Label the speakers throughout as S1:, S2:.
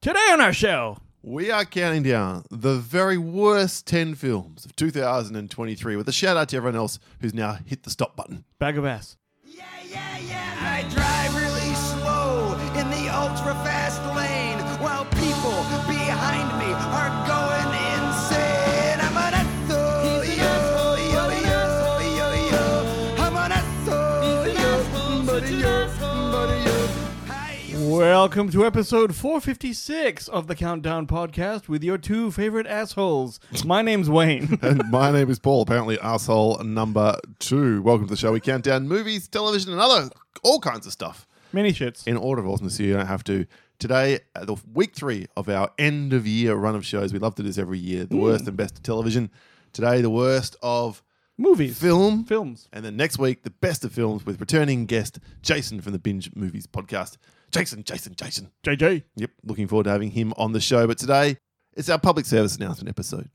S1: Today on our show,
S2: We are counting down the very worst 10 films of 2023 with a shout out to everyone else who's now hit the stop button.
S1: bag of ass.
S3: Yeah, yeah, yeah. I drive really slow in the ultra fast lane while people behind me are going insane. I'm an asshole. Yo, yo, yo, yo, yo. I'm an asshole. Yo, buddy, yo, buddy, yo. Hi, yo.
S1: Welcome to episode 456 of the Countdown Podcast with your two favorite assholes. My name's Wayne.
S2: And my name is Paul, apparently asshole number two. Welcome to the show. We count down movies, television, and other all kinds of stuff
S1: Many shits.
S2: in order of awesomeness. So you don't have to. Today, uh, the week three of our end of year run of shows. We love to do this every year. The worst and best of television. Today, the worst of
S1: Movies.
S2: film.
S1: Films.
S2: And then next week, the best of films with returning guest Jason from the Binge Movies podcast. Jason, Jason, Jason.
S1: JJ.
S2: Yep, looking forward to having him on the show. But today, it's our public service announcement episode.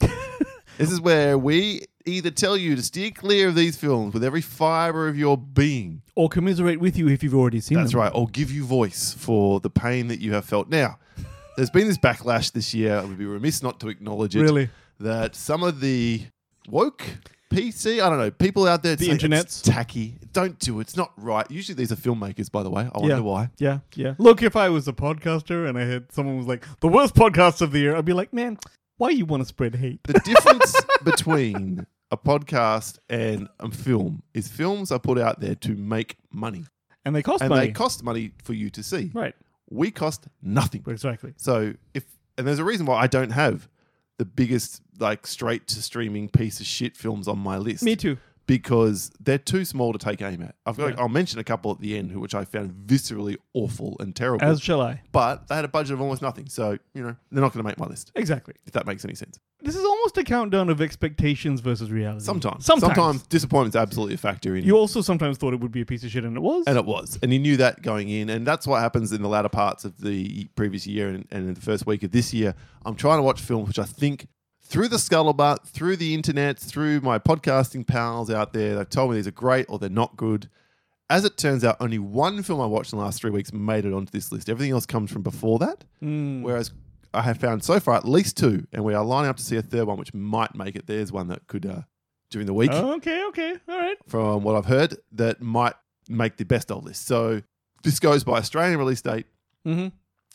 S2: this is where we either tell you to steer clear of these films with every fiber of your being.
S1: Or commiserate with you if you've already seen
S2: That's
S1: them.
S2: right, or give you voice for the pain that you have felt. Now, there's been this backlash this year. I would be remiss not to acknowledge it.
S1: Really?
S2: That some of the woke PC, I don't know, people out there,
S1: The
S2: say it's
S1: internets.
S2: tacky. Don't do it. It's not right. Usually these are filmmakers, by the way. I wonder
S1: Yeah.
S2: why.
S1: Yeah, yeah. Look, if I was a podcaster and I heard someone was like, the worst podcast of the year, I'd be like, man, why you want to spread hate?
S2: The difference between a podcast and a film is films are put out there to make money.
S1: And they cost
S2: And
S1: money.
S2: they cost money for you to see.
S1: right.
S2: We cost nothing.
S1: Exactly.
S2: So if and there's a reason why I don't have the biggest like straight to streaming piece of shit films on my list.
S1: Me too.
S2: Because they're too small to take aim at. I've got
S1: Yeah.
S2: I'll mention a couple at the end who- which I found viscerally awful and terrible.
S1: As shall I.
S2: but they had a budget of almost nothing. So, you know, they're not gonna make my list,
S1: Exactly.
S2: if that makes any sense.
S1: This is almost a countdown of expectations versus reality.
S2: Sometimes.
S1: Sometimes.
S2: disappointment's absolutely a factor in
S1: You also sometimes thought it would be a piece of shit, and it was.
S2: And it was. And he knew that going in. And that's what happens in the latter parts of the previous year and, and in the first week of this year. I'm trying to watch films which I think through the scuttlebutt, through the internet, through my podcasting pals out there, they've told me these are great or they're not good. As it turns out, only one film I watched in the last three weeks made it onto this list. Everything else comes from before that.
S1: Hmm.
S2: Whereas I have found so far at least two, and we are lining up to see a third one, which might make it. There's one that could, uh, during the week,
S1: okay, okay, all right.
S2: from what I've heard that might make the best of list. So this goes by Australian release date.
S1: Mm-hmm.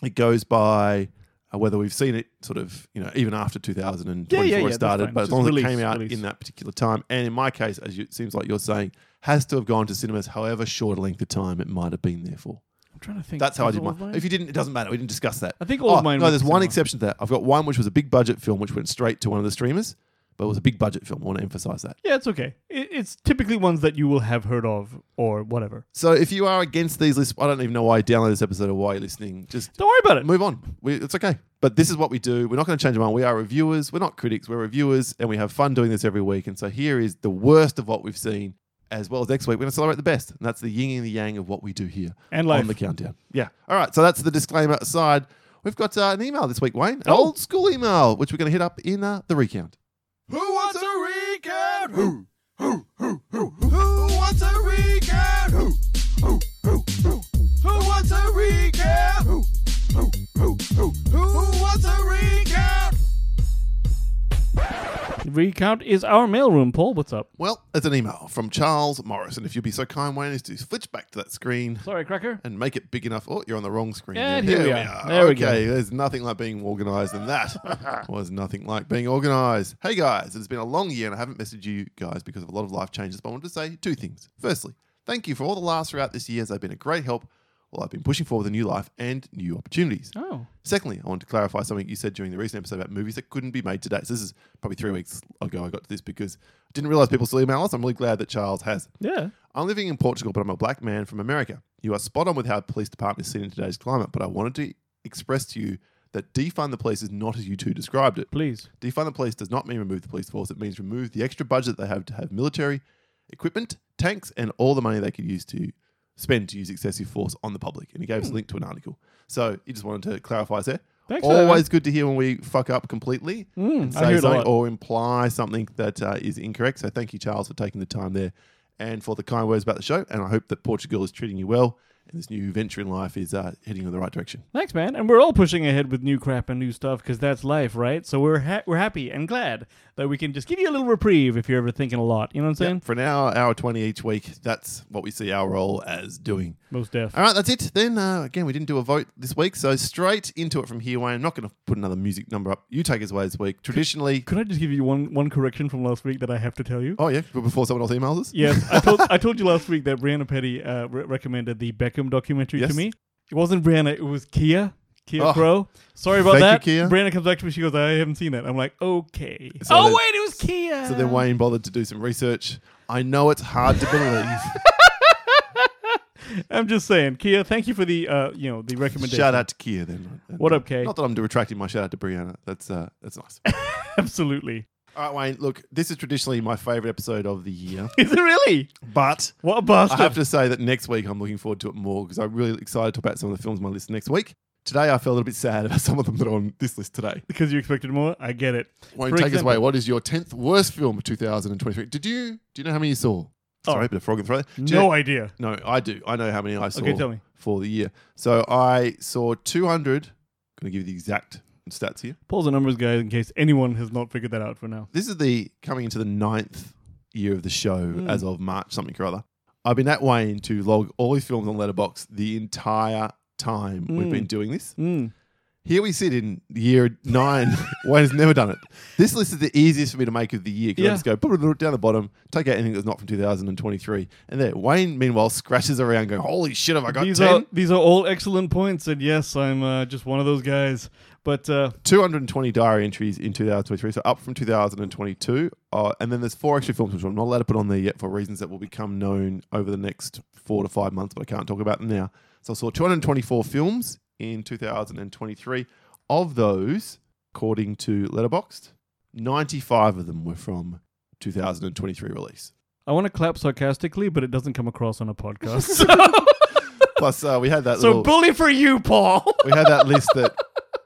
S2: It goes by uh, whether we've seen it sort of, you know, even after 2024
S1: Yeah, yeah, yeah,
S2: it
S1: that's fine.
S2: started, but
S1: Just
S2: as long as it
S1: release,
S2: came out
S1: release.
S2: in that particular time. And in my case, as you, it seems like you're saying, has to have gone to cinemas, however short a length of time it might have been there for.
S1: I'm trying to think.
S2: That's how I
S1: Was
S2: did
S1: all of
S2: mine. If you didn't, it doesn't matter. We didn't discuss that.
S1: I
S2: Oh,
S1: think all of mine
S2: No,
S1: went
S2: there's
S1: to
S2: one
S1: cinema.
S2: exception to that. I've got one which was a big budget film, which went straight to one of the streamers, but it was a big budget film. I want to emphasize that.
S1: yeah, it's okay. It, it's typically ones that you will have heard of or whatever.
S2: So if you are against these lists, I don't even know why you downloaded this episode or why you're listening. Just
S1: Don't worry about it.
S2: move on. We, it's okay. But this is what we do. We're not going to change our mind. We are reviewers. We're not critics. We're reviewers, and we have fun doing this every week. And so here is the worst of what we've seen, as well as next week we're going to celebrate the best. And that's the yin and the yang of what we do here
S1: And life.
S2: on the countdown. Yeah. All right. So that's the disclaimer aside. We've got uh, an email this week, Wayne. An
S1: Oh.
S2: old school email, which we're going to hit up in uh, the recount.
S3: Who wants a recount? Who? Who? Who? Who? Who wants a recount? Who? Who? Who? Who? Who wants a recount? Who? Who? Who? Who? Who wants a recount?
S1: The recount is our mailroom. Paul, what's up?
S2: Well, it's an email from Charles Morris, and if you'll be so kind, Wayne, is to switch back to that screen.
S1: Sorry, Cracker.
S2: and make it big enough. Oh, you're on the wrong screen.
S1: And
S2: There
S1: here we are. There we
S2: okay, there's nothing like being organized, and that was nothing like being organized. Hey guys, it's been a long year, and I haven't messaged you guys because of a lot of life changes. But I wanted to say two things. Firstly, thank you for all the laughs throughout this year. as They've been a great help while I've been pushing forward with a new life and new opportunities.
S1: Oh,
S2: Secondly, I want to clarify something you said during the recent episode about movies that couldn't be made today. So this is probably three weeks ago I got to this because I didn't realize people still email us. I'm really glad that Charles has.
S1: yeah.
S2: I'm living in Portugal, but I'm a black man from America. You are spot on with how the police department is seen in today's climate, but I wanted to express to you that defund the police is not as you two described it.
S1: Please.
S2: Defund the police does not mean remove the police force, it means remove the extra budget they have to have military equipment, tanks, and all the money they could use to spend to use excessive force on the public. And he gave us a link to an article. So he just wanted to clarify us there.
S1: Hmm. Thanks for that,
S2: Always good to hear when we fuck up completely and
S1: I hear
S2: say
S1: it a
S2: something
S1: lot.
S2: or imply something that uh, is incorrect. So thank you, Charles, for taking the time there and for the kind words about the show. And I hope that Portugal is treating you well and this new venture in life is uh, heading in the right direction.
S1: Thanks, man. And we're all pushing ahead with new crap and new stuff because that's life, right? So we're ha- we're happy and glad that we can just give you a little reprieve if you're ever thinking a lot. You know what I'm saying?
S2: For an hour, hour 20 each week, that's what we see our role as doing.
S1: Most def.
S2: All right, that's it. Then, uh, again, we didn't do a vote this week, so straight into it from here, Wayne. I'm not going to put another music number up. You take us away this week. Traditionally,
S1: Could I just give you one one correction from last week that I have to tell you?
S2: oh, yeah, but before someone else emails us?
S1: Yes, I told I told you last week that Brianna Petty uh, re- recommended the Beckham documentary to
S2: Yes.
S1: me. It wasn't Brianna; it was Kia. Kia
S2: Oh.
S1: Crow. Sorry about
S2: Thank you,
S1: that.
S2: Kia.
S1: Brianna comes back to me. She goes, "I haven't seen that." I'm like, "Okay."
S2: So
S1: oh
S2: then-
S1: wait, it was Kia.
S2: So then Wayne bothered to do some research. I know it's hard to believe.
S1: I'm just saying, Kia. Thank you for the uh, you know the recommendation.
S2: Shout out to Kia then.
S1: What up, Kay?
S2: Not that I'm retracting my shout out to Brianna. That's uh, that's nice.
S1: Absolutely.
S2: All right, Wayne. Look, this is traditionally my favorite episode of the year,
S1: Is it really?
S2: but
S1: What a
S2: I
S1: bastard!
S2: have to say that next week I'm looking forward to it more because I'm really excited to talk about some of the films on my list next week. Today I felt a little bit sad about some of them that are on this list today.
S1: because you expected more. I get it.
S2: Wayne,
S1: For
S2: take us
S1: example-
S2: away. What is your tenth worst film of 2023? Did you do you know how many you saw? Sorry, a bit of frog and throw. Do you
S1: No
S2: know-
S1: idea.
S2: No, I do. I know how many I saw
S1: Okay, tell me.
S2: for the year. So I saw 200. going to give you the exact stats here.
S1: Paul's the numbers guy in case anyone has not figured that out for now.
S2: This is the coming into the ninth year of the show
S1: Hmm.
S2: as of March something or other. I've been that way in to log all these films on Letterbox the entire time
S1: Hmm.
S2: we've been doing this.
S1: Mm.
S2: Here we sit in year nine. Wayne's never done it. This list is the easiest for me to make of the year because
S1: Yeah.
S2: I just go down the bottom, take out anything that's not from 2023. And there, Wayne, meanwhile, scratches around going, Holy shit, have I got
S1: These
S2: 10?
S1: are these are all excellent points, and yes, I'm uh, just one of those guys. But uh,
S2: 220 diary entries in 2023, so up from 2022. Uh, and then there's four extra films, which I'm not allowed to put on there yet for reasons that will become known over the next four to five months, but I can't talk about them now. So I saw 224 films in 2023. Of those, according to Letterboxd, 95 of them were from 2023 release.
S1: I want to clap sarcastically, but it doesn't come across on a podcast. so
S2: Plus, uh, we had that
S1: so
S2: little,
S1: bully for you, Paul.
S2: we had that list that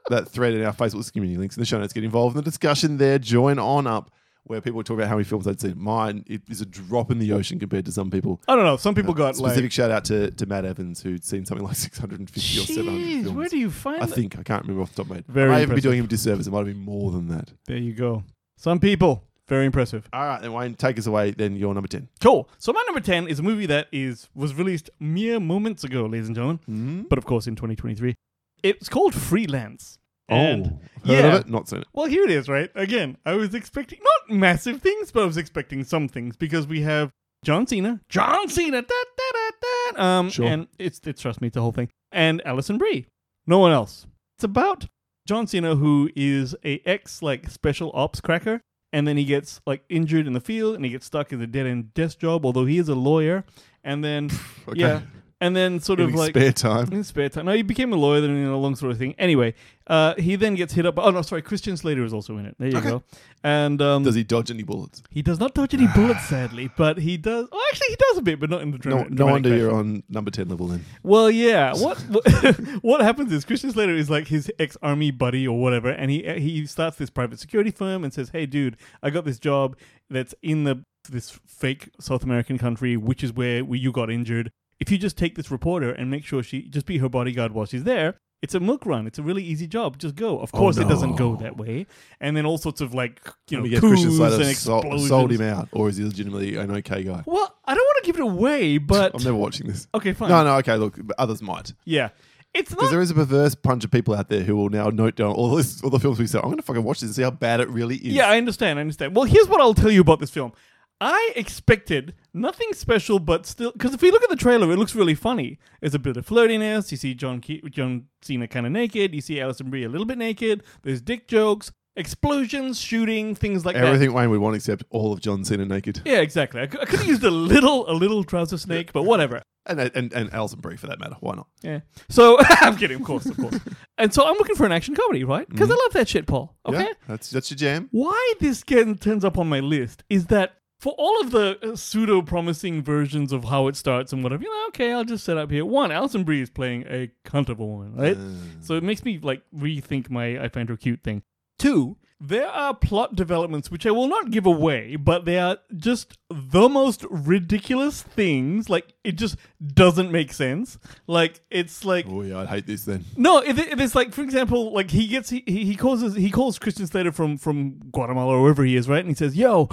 S2: that thread in our Facebook community. Links in the show notes. Get involved in the discussion there. Join on up where people talk about how many films they'd seen. Mine it is a drop in the ocean compared to some people.
S1: I don't know. Some people got
S2: Uh, Specific
S1: like.
S2: shout out to, to Matt Evans who'd seen something like 650 or 700
S1: Jeez,
S2: films.
S1: where do you find
S2: I
S1: that?
S2: think I can't remember off the top of my head.
S1: Very
S2: I may even be
S1: impressive.
S2: doing him a disservice. It might have been more than that.
S1: There you go. Some people. Very impressive.
S2: All right, then Wayne, take us away. Then you're number ten.
S1: Cool. So my number ten is a movie that is was released mere moments ago, ladies and gentlemen. But of course, in 2023, it's called Freelance. And-
S2: oh, heard
S1: yeah.
S2: of it? Not seen it.
S1: Well, here it is, right? Again, I was expecting not massive things, but I was expecting some things because we have John Cena, John Cena, da, da, da, da, um,
S2: Sure.
S1: and it's it's trust me, it's the whole thing, and Alison Brie, no one else. It's about John Cena, who is a ex like special ops cracker, and then he gets like injured in the field, and he gets stuck in a dead end desk job, although he is a lawyer, and then
S2: Okay.
S1: yeah, and then sort
S2: In
S1: of
S2: his
S1: like
S2: spare time.
S1: in his spare time. No, he became a lawyer then in a long sort of thing. Anyway, uh, he then gets hit up. Oh no, sorry, Christian Slater is also in it. There you go. And um,
S2: Does he dodge any bullets?
S1: he does not dodge any bullets, sadly, but he does. Oh, actually, he does a bit, but not in the
S2: No,
S1: drama.
S2: no wonder you're on number ten level then.
S1: Well, yeah. What what- what happens is Christian Slater is like his ex army buddy or whatever, and he he starts this private security firm and says, "Hey, dude, I got this job that's in the this fake South American country, which is where we, you got injured. If you just take this reporter and make sure she just be her bodyguard while she's there." It's a milk run. It's a really easy job. Just go. Of
S2: Oh,
S1: course, it doesn't go that way. And then all sorts of like, you know,
S2: we
S1: coups
S2: get Christian Slater
S1: and
S2: sol-
S1: explosions.
S2: sold him out, or is he legitimately an okay guy?
S1: Well, I don't want to give it away, but
S2: I'm never watching this.
S1: okay, fine.
S2: No, no, okay, look, but others might.
S1: Yeah, it's not
S2: Because there is a perverse bunch of people out there who will now note down all this, all the films we said. I'm going to fucking watch this and see how bad it really is.
S1: Yeah, I understand. I understand. Well, here's what I'll tell you about this film. I expected nothing special, but still, because if we look at the trailer, it looks really funny. There's a bit of flirtiness. You see John Ke- John Cena kind of naked. You see Alison Brie a little bit naked. There's dick jokes, explosions, shooting, things like that.
S2: Everything Wayne would want except all of John Cena naked.
S1: Yeah, exactly. I, could have used a little, a little trouser snake, but whatever.
S2: And, and, and Alison Brie, for that matter. Why not?
S1: Yeah. So I'm kidding, of course, of course. and so I'm looking for an action comedy, right? Because I love that shit, Paul. Okay.
S2: Mm-hmm. Yeah, that's, that's your jam.
S1: why this again turns up on my list is that for all of the pseudo promising versions of how it starts and whatever, you know, okay, I'll just set up here. One, Alison Brie is playing a cunt of a woman, right? So it makes me like rethink my I find her cute thing. Two, There are plot developments which I will not give away, but they are just the most ridiculous things. Like it just doesn't make sense. Like it's like
S2: Oh yeah, I'd hate this then.
S1: no, it, it- it's like for example, like he gets he, he he causes he calls Christian Slater from from Guatemala or wherever he is, right? And he says, "Yo,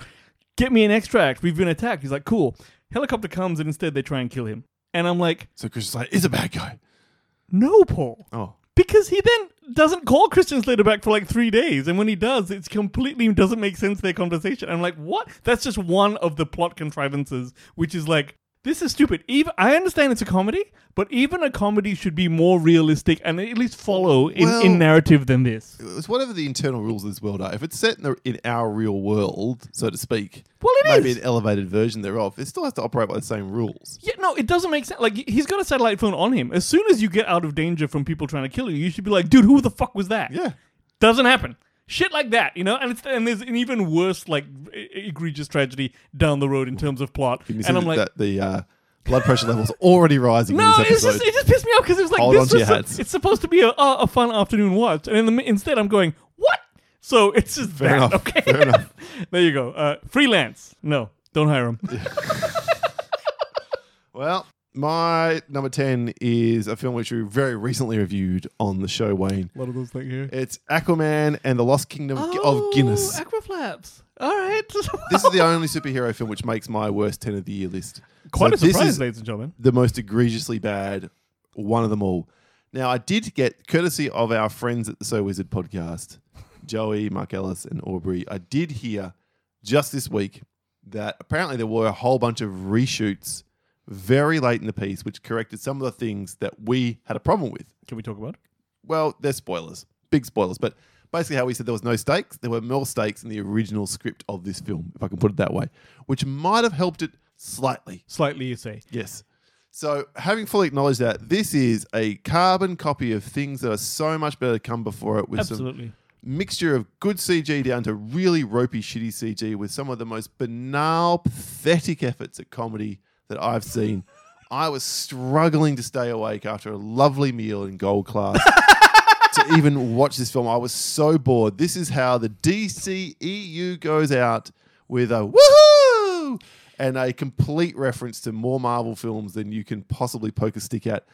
S1: get me an extract. We've been attacked." He's like, "Cool." Helicopter comes and instead they try and kill him. And I'm like,
S2: So Christian Slater is a bad guy.
S1: "No, Paul."
S2: Oh,
S1: Because he then doesn't call Christian Slater back for like three days, and when he does, it's completely doesn't make sense their conversation. I'm like, what? That's just one of the plot contrivances, which is like, this is stupid. Even I understand it's a comedy, but even a comedy should be more realistic and at least follow in,
S2: Well-
S1: in narrative than this.
S2: it's whatever the internal rules of this world are. If it's set in, the, in our real world, so to speak,
S1: Well, it
S2: maybe
S1: is.
S2: an elevated version thereof, it still has to operate by the same rules.
S1: Yeah, no, it doesn't make sense. Like he's got a satellite phone on him. As soon as you get out of danger from people trying to kill you, you should be like, dude, who the fuck was that?
S2: Yeah.
S1: doesn't happen. Shit like that, you know, and it's and there's an even worse like e- egregious tragedy down the road in terms of plot.
S2: Can you see
S1: and I'm
S2: that,
S1: like,
S2: that the uh, blood pressure level's already rising
S1: no,
S2: in
S1: it's
S2: this episode?
S1: just it just pissed me off because it was like
S2: Hold on
S1: this
S2: to your
S1: was
S2: hats.
S1: it's supposed to be a, a a fun afternoon watch, and in the, mi- instead I'm going what? So it's just Fair that.
S2: enough,
S1: Okay,
S2: fair enough.
S1: there you go. Uh, freelance. No, don't hire him.
S2: well, my number 10 is a film which we very recently reviewed on the show, Wayne.
S1: a lot of those things here. Oh,
S2: It's Aquaman and the Lost Kingdom of Guinness.
S1: Aquaflaps. All right.
S2: this is the only superhero film which makes my worst 10 of the year list.
S1: Quite
S2: So
S1: a surprise,
S2: This is
S1: ladies and gentlemen.
S2: the most egregiously bad, one of them all. Now, I did get, courtesy of our friends at the So Wizard podcast, Joey, Mark Ellis, and Aubrey, I did hear just this week that apparently there were a whole bunch of reshoots very late in the piece, which corrected some of the things that we had a problem with
S1: Can we talk about? it?
S2: well, they're spoilers, big spoilers, but basically how we said there was no stakes, there were more stakes in the original script of this film, if I can put it that way, which might have helped it slightly.
S1: Slightly, you say.
S2: Yes. So, having fully acknowledged that, this is a carbon copy of things that are so much better to come before it with some
S1: Absolutely.
S2: mixture of good CG down to really ropey, shitty CG with some of the most banal, pathetic efforts at comedy that I've seen. I was struggling to stay awake after a lovely meal in gold class to even watch this film. I was so bored. This is how the DCEU goes out with a woohoo and a complete reference to more Marvel films than you can possibly poke a stick at.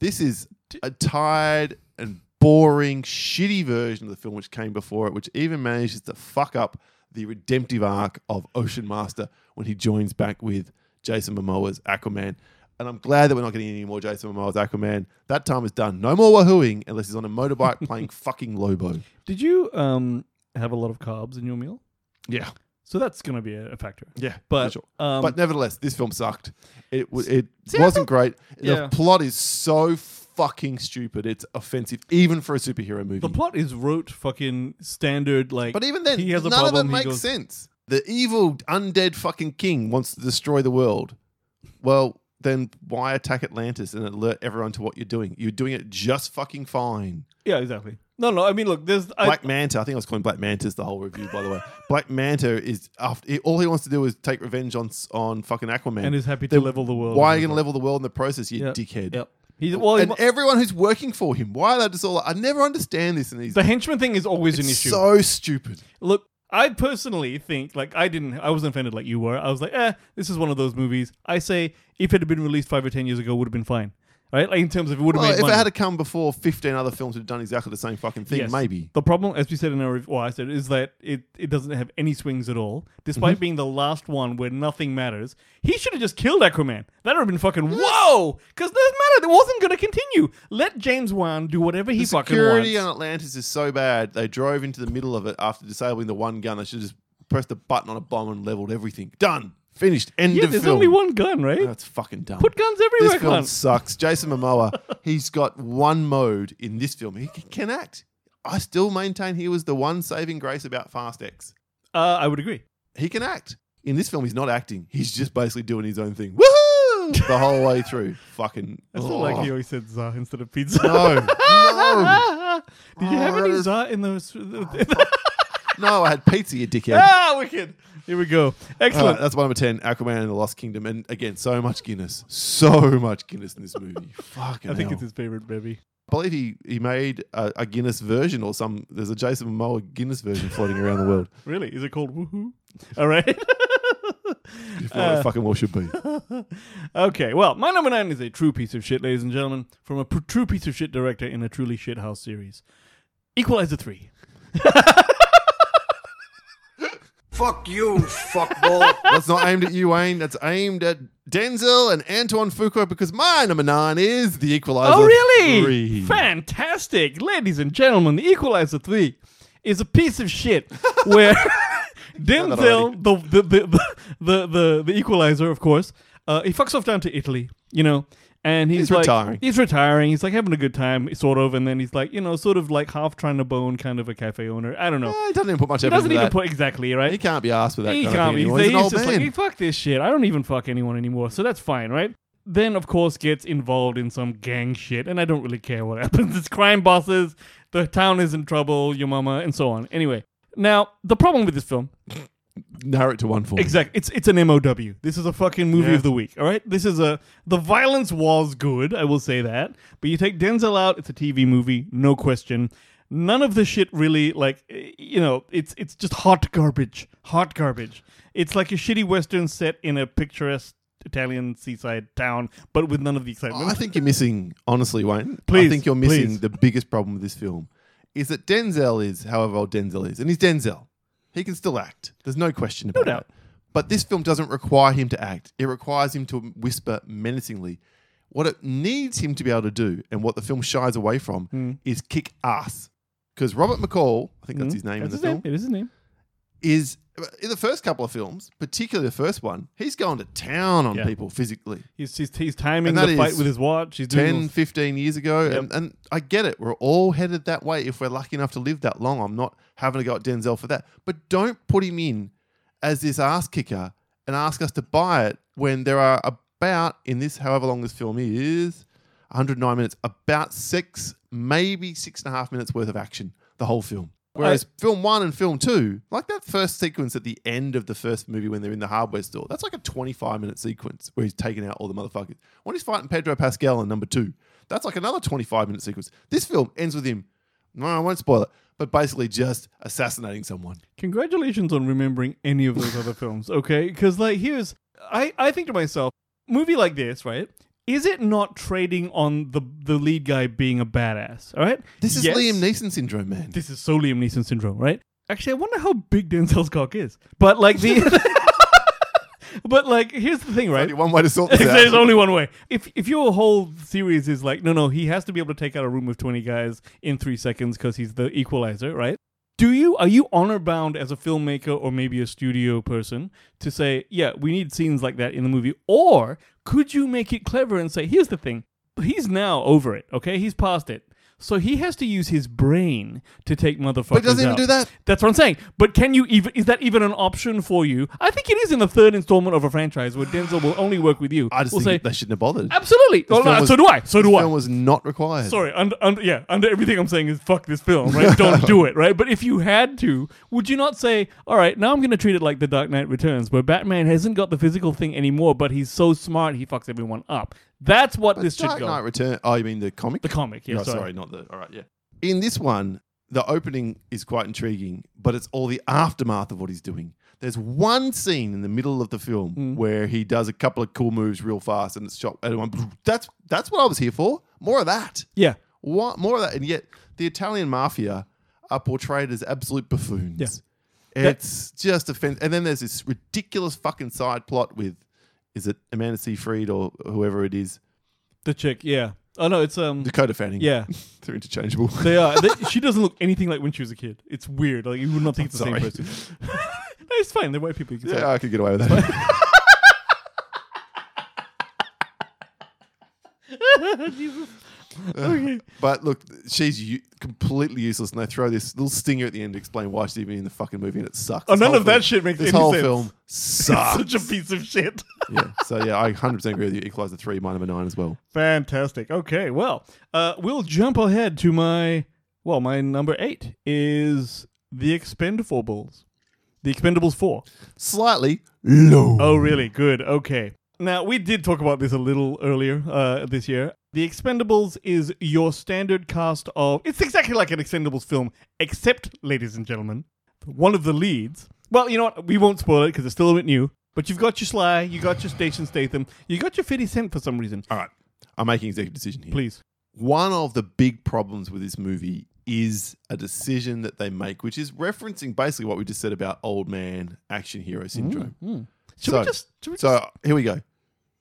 S2: This is a tired and boring, shitty version of the film which came before it, which even manages to fuck up the redemptive arc of Ocean Master when he joins back with Jason Momoa's Aquaman. And I'm glad that we're not getting any more Jason Momoa's Aquaman. That time is done. No more wahooing unless he's on a motorbike playing fucking Lobo.
S1: Did you um have a lot of carbs in your meal?
S2: Yeah.
S1: So that's going to be a, a factor.
S2: Yeah.
S1: But
S2: for sure.
S1: um,
S2: but nevertheless, this film sucked. It w- it
S1: I
S2: wasn't great.
S1: Yeah.
S2: The plot is so fucking stupid. It's offensive, even for a superhero movie.
S1: the plot is rote, fucking standard. Like,
S2: But even then,
S1: he has a
S2: none of it
S1: problem. he
S2: makes
S1: goes,
S2: sense. The evil undead fucking king wants to destroy the world. Well, then why attack Atlantis and alert everyone to what you're doing? You're doing it just fucking fine.
S1: Yeah, exactly. No, no. I mean, look, there's I,
S2: Black Manta, I think I was calling Black Mantis the whole review, by the way. Black Manta is after, all he wants to do is take revenge on s- on fucking Aquaman.
S1: and is happy to
S2: Then
S1: level the world.
S2: Why are you going to level the world in the process, you
S1: Yeah.
S2: dickhead?
S1: Yep. He's well. he
S2: And
S1: wa-
S2: everyone who's working for him, why are they just all? I never understand this in these.
S1: the henchman thing is always an issue.
S2: so stupid.
S1: Look, I personally think like I didn't. I wasn't offended like you were. I was like, eh, this is one of those movies. I say if it had been released five or ten years ago, would have been fine. Right? Like in terms of it would have
S2: Well,
S1: made
S2: if
S1: money.
S2: it had come before 15 other films who'd done exactly the same fucking thing,
S1: Yes.
S2: maybe.
S1: The problem, as we said in our review, well, I said, is that it, it doesn't have any swings at all, despite
S2: Mm-hmm.
S1: being the last one where nothing matters. He should have just killed Aquaman. That would have been fucking whoa! Because doesn't matter. It wasn't going to continue. Let James Wan do whatever he
S2: The
S1: fucking
S2: security
S1: wants.
S2: on Atlantis is so bad, they drove into the middle of it after disabling the one gun. They should have just pressed a button on a bomb and leveled everything. Done. Finished. End
S1: yeah,
S2: of
S1: there's
S2: film.
S1: only one gun, right?
S2: That's fucking dumb.
S1: Put guns
S2: this
S1: everywhere,
S2: film
S1: cunt.
S2: sucks. Jason Momoa, he's got one mode in this film. He c- can act. I still maintain he was the one saving grace about Fast X.
S1: Uh, I would agree.
S2: He can act. In this film, he's not acting. He's just basically doing his own thing. Woohoo! The whole way through. Fucking.
S1: I still like
S2: Ugh.
S1: he always said za instead of pizza.
S2: Oh. No, no,
S1: Did you have
S2: Oh,
S1: any
S2: that is-
S1: za in those?
S2: no! I had pizza, you dickhead.
S1: ah, wicked. Here we go.
S2: All
S1: Excellent.
S2: right, that's my number ten, Aquaman and the Lost Kingdom, and again, so much Guinness, so much Guinness in this movie. Fucking
S1: I think
S2: hell.
S1: it's his favorite baby.
S2: I believe he, he made a, a Guinness version or some. There's a Jason Momoa Guinness version floating around the world.
S1: Really? Is it called Woohoo? All right.
S2: If not,
S1: Uh.
S2: it fucking well should be.
S1: okay, well, my number nine is a true piece of shit, ladies and gentlemen, from a pr- true piece of shit director in a truly shit house series. Equalizer 3.
S3: Fuck you, fuckball.
S2: That's not aimed at you, Wayne. That's aimed at Denzel and Antoine Fuqua because my number nine is The Equalizer.
S1: Oh, really?
S2: three.
S1: Fantastic. Ladies and gentlemen, The Equalizer 3 is a piece of shit where Denzel, the, the, the, the, the, the, the equalizer, of course, uh, he fucks off down to Italy, you know, and he's,
S2: He's
S1: like,
S2: retiring.
S1: He's retiring. He's like having a good time, sort of, and then he's like, you know, sort of like half trying to bone kind of a cafe owner. I don't know.
S2: Eh, he doesn't even put much
S1: he
S2: effort
S1: doesn't
S2: into
S1: even
S2: that.
S1: put exactly, right?
S2: he can't be asked for that.
S1: he
S2: kind
S1: can't
S2: of
S1: be.
S2: thing
S1: He's,
S2: anymore. He's an old
S1: just like,
S2: man.
S1: "Hey, fuck this shit. I don't even fuck anyone anymore. So that's fine, right? Then, of course, gets involved in some gang shit, and I don't really care what happens. It's crime bosses, the town is in trouble, your mama, and so on. Anyway, now, the problem with this film
S2: Narrow it to one form.
S1: Exactly. It's it's an MOW. This is a fucking movie
S2: Yeah.
S1: of the week. All right. This is a the violence was good. I will say that. But you take Denzel out. It's a TV movie, no question. None of the shit really like eh, you know. It's it's just hot garbage. Hot garbage. It's like a shitty western set in a picturesque Italian seaside town, but with none of the excitement.
S2: Oh, I think you're missing, honestly, Wayne.
S1: Please,
S2: I think you're missing
S1: please.
S2: the biggest problem with this film is that Denzel is however old Denzel is, and he's Denzel. He can still act. There's no question about
S1: doubt.
S2: it. But this film doesn't require him to act. It requires him to whisper menacingly. What it needs him to be able to do, and what the film shies away from,
S1: Hmm.
S2: is kick ass. Because Robert McCall, I think that's his name
S1: Hmm. That's
S2: in
S1: his
S2: the film,
S1: name. It is his name.
S2: is in the first couple of films, particularly the first one, he's going to town on
S1: Yeah.
S2: people physically.
S1: He's he's, he's timing
S2: And that
S1: the fight
S2: is
S1: with his watch. He's doing.
S2: 10,
S1: all-
S2: 15 years ago. And, and I get it. We're all headed that way if we're lucky enough to live that long. I'm not having to go at Denzel for that. But don't put him in as this ass kicker and ask us to buy it when there are about, in this however long this film is, 109 minutes, about six, maybe six and a half minutes worth of action, the whole film. Whereas film one and film two, like that first sequence at the end of the first movie when they're in the hardware store, that's like a 25 minute sequence where he's taking out all the motherfuckers. When he's fighting Pedro Pascal in number two, that's like another 25 minute sequence. This film ends with him, no, I won't spoil it, but basically just assassinating someone.
S1: congratulations on remembering any of those other films okay because like here's i i think to myself movie like this right is it not trading on the the lead guy being a badass all right
S2: This is
S1: Yes.
S2: Liam Neeson syndrome, man.
S1: this is so liam neeson syndrome right actually i wonder how big denzel's cock is but like the but like here's the thing right
S2: Only one way to sort this
S1: there's
S2: out.
S1: only one way. If if your whole series is like, no, no, he has to be able to take out a room of twenty guys in three seconds because he's the equalizer, right? Do you are you honor bound as a filmmaker or maybe a studio person to say, yeah, we need scenes like that in the movie, or could you make it clever and say, here's the thing, he's now over it, okay, he's past it. So he has to use his brain to take motherfuckers. But
S2: doesn't even do that.
S1: That's what I'm saying. But can you even is that even an option for you? I think it is in the third installment of a franchise where Denzel will only work with you.
S2: I just
S1: will
S2: think
S1: say
S2: they shouldn't have bothered.
S1: absolutely. Oh,
S2: film
S1: no,
S2: was-
S1: so do I. So do
S2: This
S1: I.
S2: film was not required.
S1: Sorry, under, under yeah, under everything I'm saying is fuck this film, right? Don't do it, right? But if you had to, would you not say, all right, now I'm going to treat it like The Dark Knight Returns, where Batman hasn't got the physical thing anymore, but he's so smart he fucks everyone up. That's what this should
S2: Dark
S1: go.
S2: Knight Return. Oh, you mean the comic?
S1: the comic, yeah.
S2: no, sorry. not the. All right, yeah. In this one, the opening is quite intriguing, but it's all the aftermath of what he's doing. There's one scene in the middle of the film
S1: Hmm.
S2: where he does a couple of cool moves real fast, and it's shot. And one, that's that's what I was here for. More of that.
S1: Yeah.
S2: What more of that? And yet, the Italian mafia are portrayed as absolute buffoons.
S1: Yeah.
S2: It's just offense. And then there's this ridiculous fucking side plot with, is it Amanda Seyfried or whoever it is,
S1: The chick, yeah. Oh, no, it's, um,
S2: Dakota Fanning.
S1: yeah.
S2: they're interchangeable.
S1: They are. They- she doesn't look anything like when she was a kid. It's weird. Like, you would not think it's the
S2: sorry.
S1: same person. no, it's fine. They're white people. You can tell.
S2: yeah, I could get away with that.
S1: Okay.
S2: but look, she's u- completely useless, and they throw this little stinger at the end to explain why she's even in the fucking movie, and it sucks.
S1: Oh,
S2: This
S1: none
S2: whole
S1: of that
S2: film-
S1: shit makes
S2: this
S1: any
S2: whole
S1: sense.
S2: film
S1: Such
S2: sucks.
S1: a piece of shit.
S2: yeah. So yeah, I 100 percent agree with you. Equalizer three, my number nine as well.
S1: Fantastic. Okay, well, uh, we'll jump ahead to my well, my number eight is the Expendables. The Expendables four.
S2: Slightly low.
S1: Oh, really? Good. Okay. Now we did talk about this a little earlier uh, this year. The Expendables is your standard cast of. It's exactly like an Expendables film, except, ladies and gentlemen, one of the leads. Well, you know what? We won't spoil it because it's still a bit new. But you've got your Sly, you got your Station Statham, you got your 50 Cent for some reason.
S2: All right, I'm making an executive decision here.
S1: Please.
S2: One of the big problems with this movie is a decision that they make, which is referencing basically what we just said about old man action hero syndrome.
S1: Should
S2: So-
S1: we just. Should we just
S2: So here we go.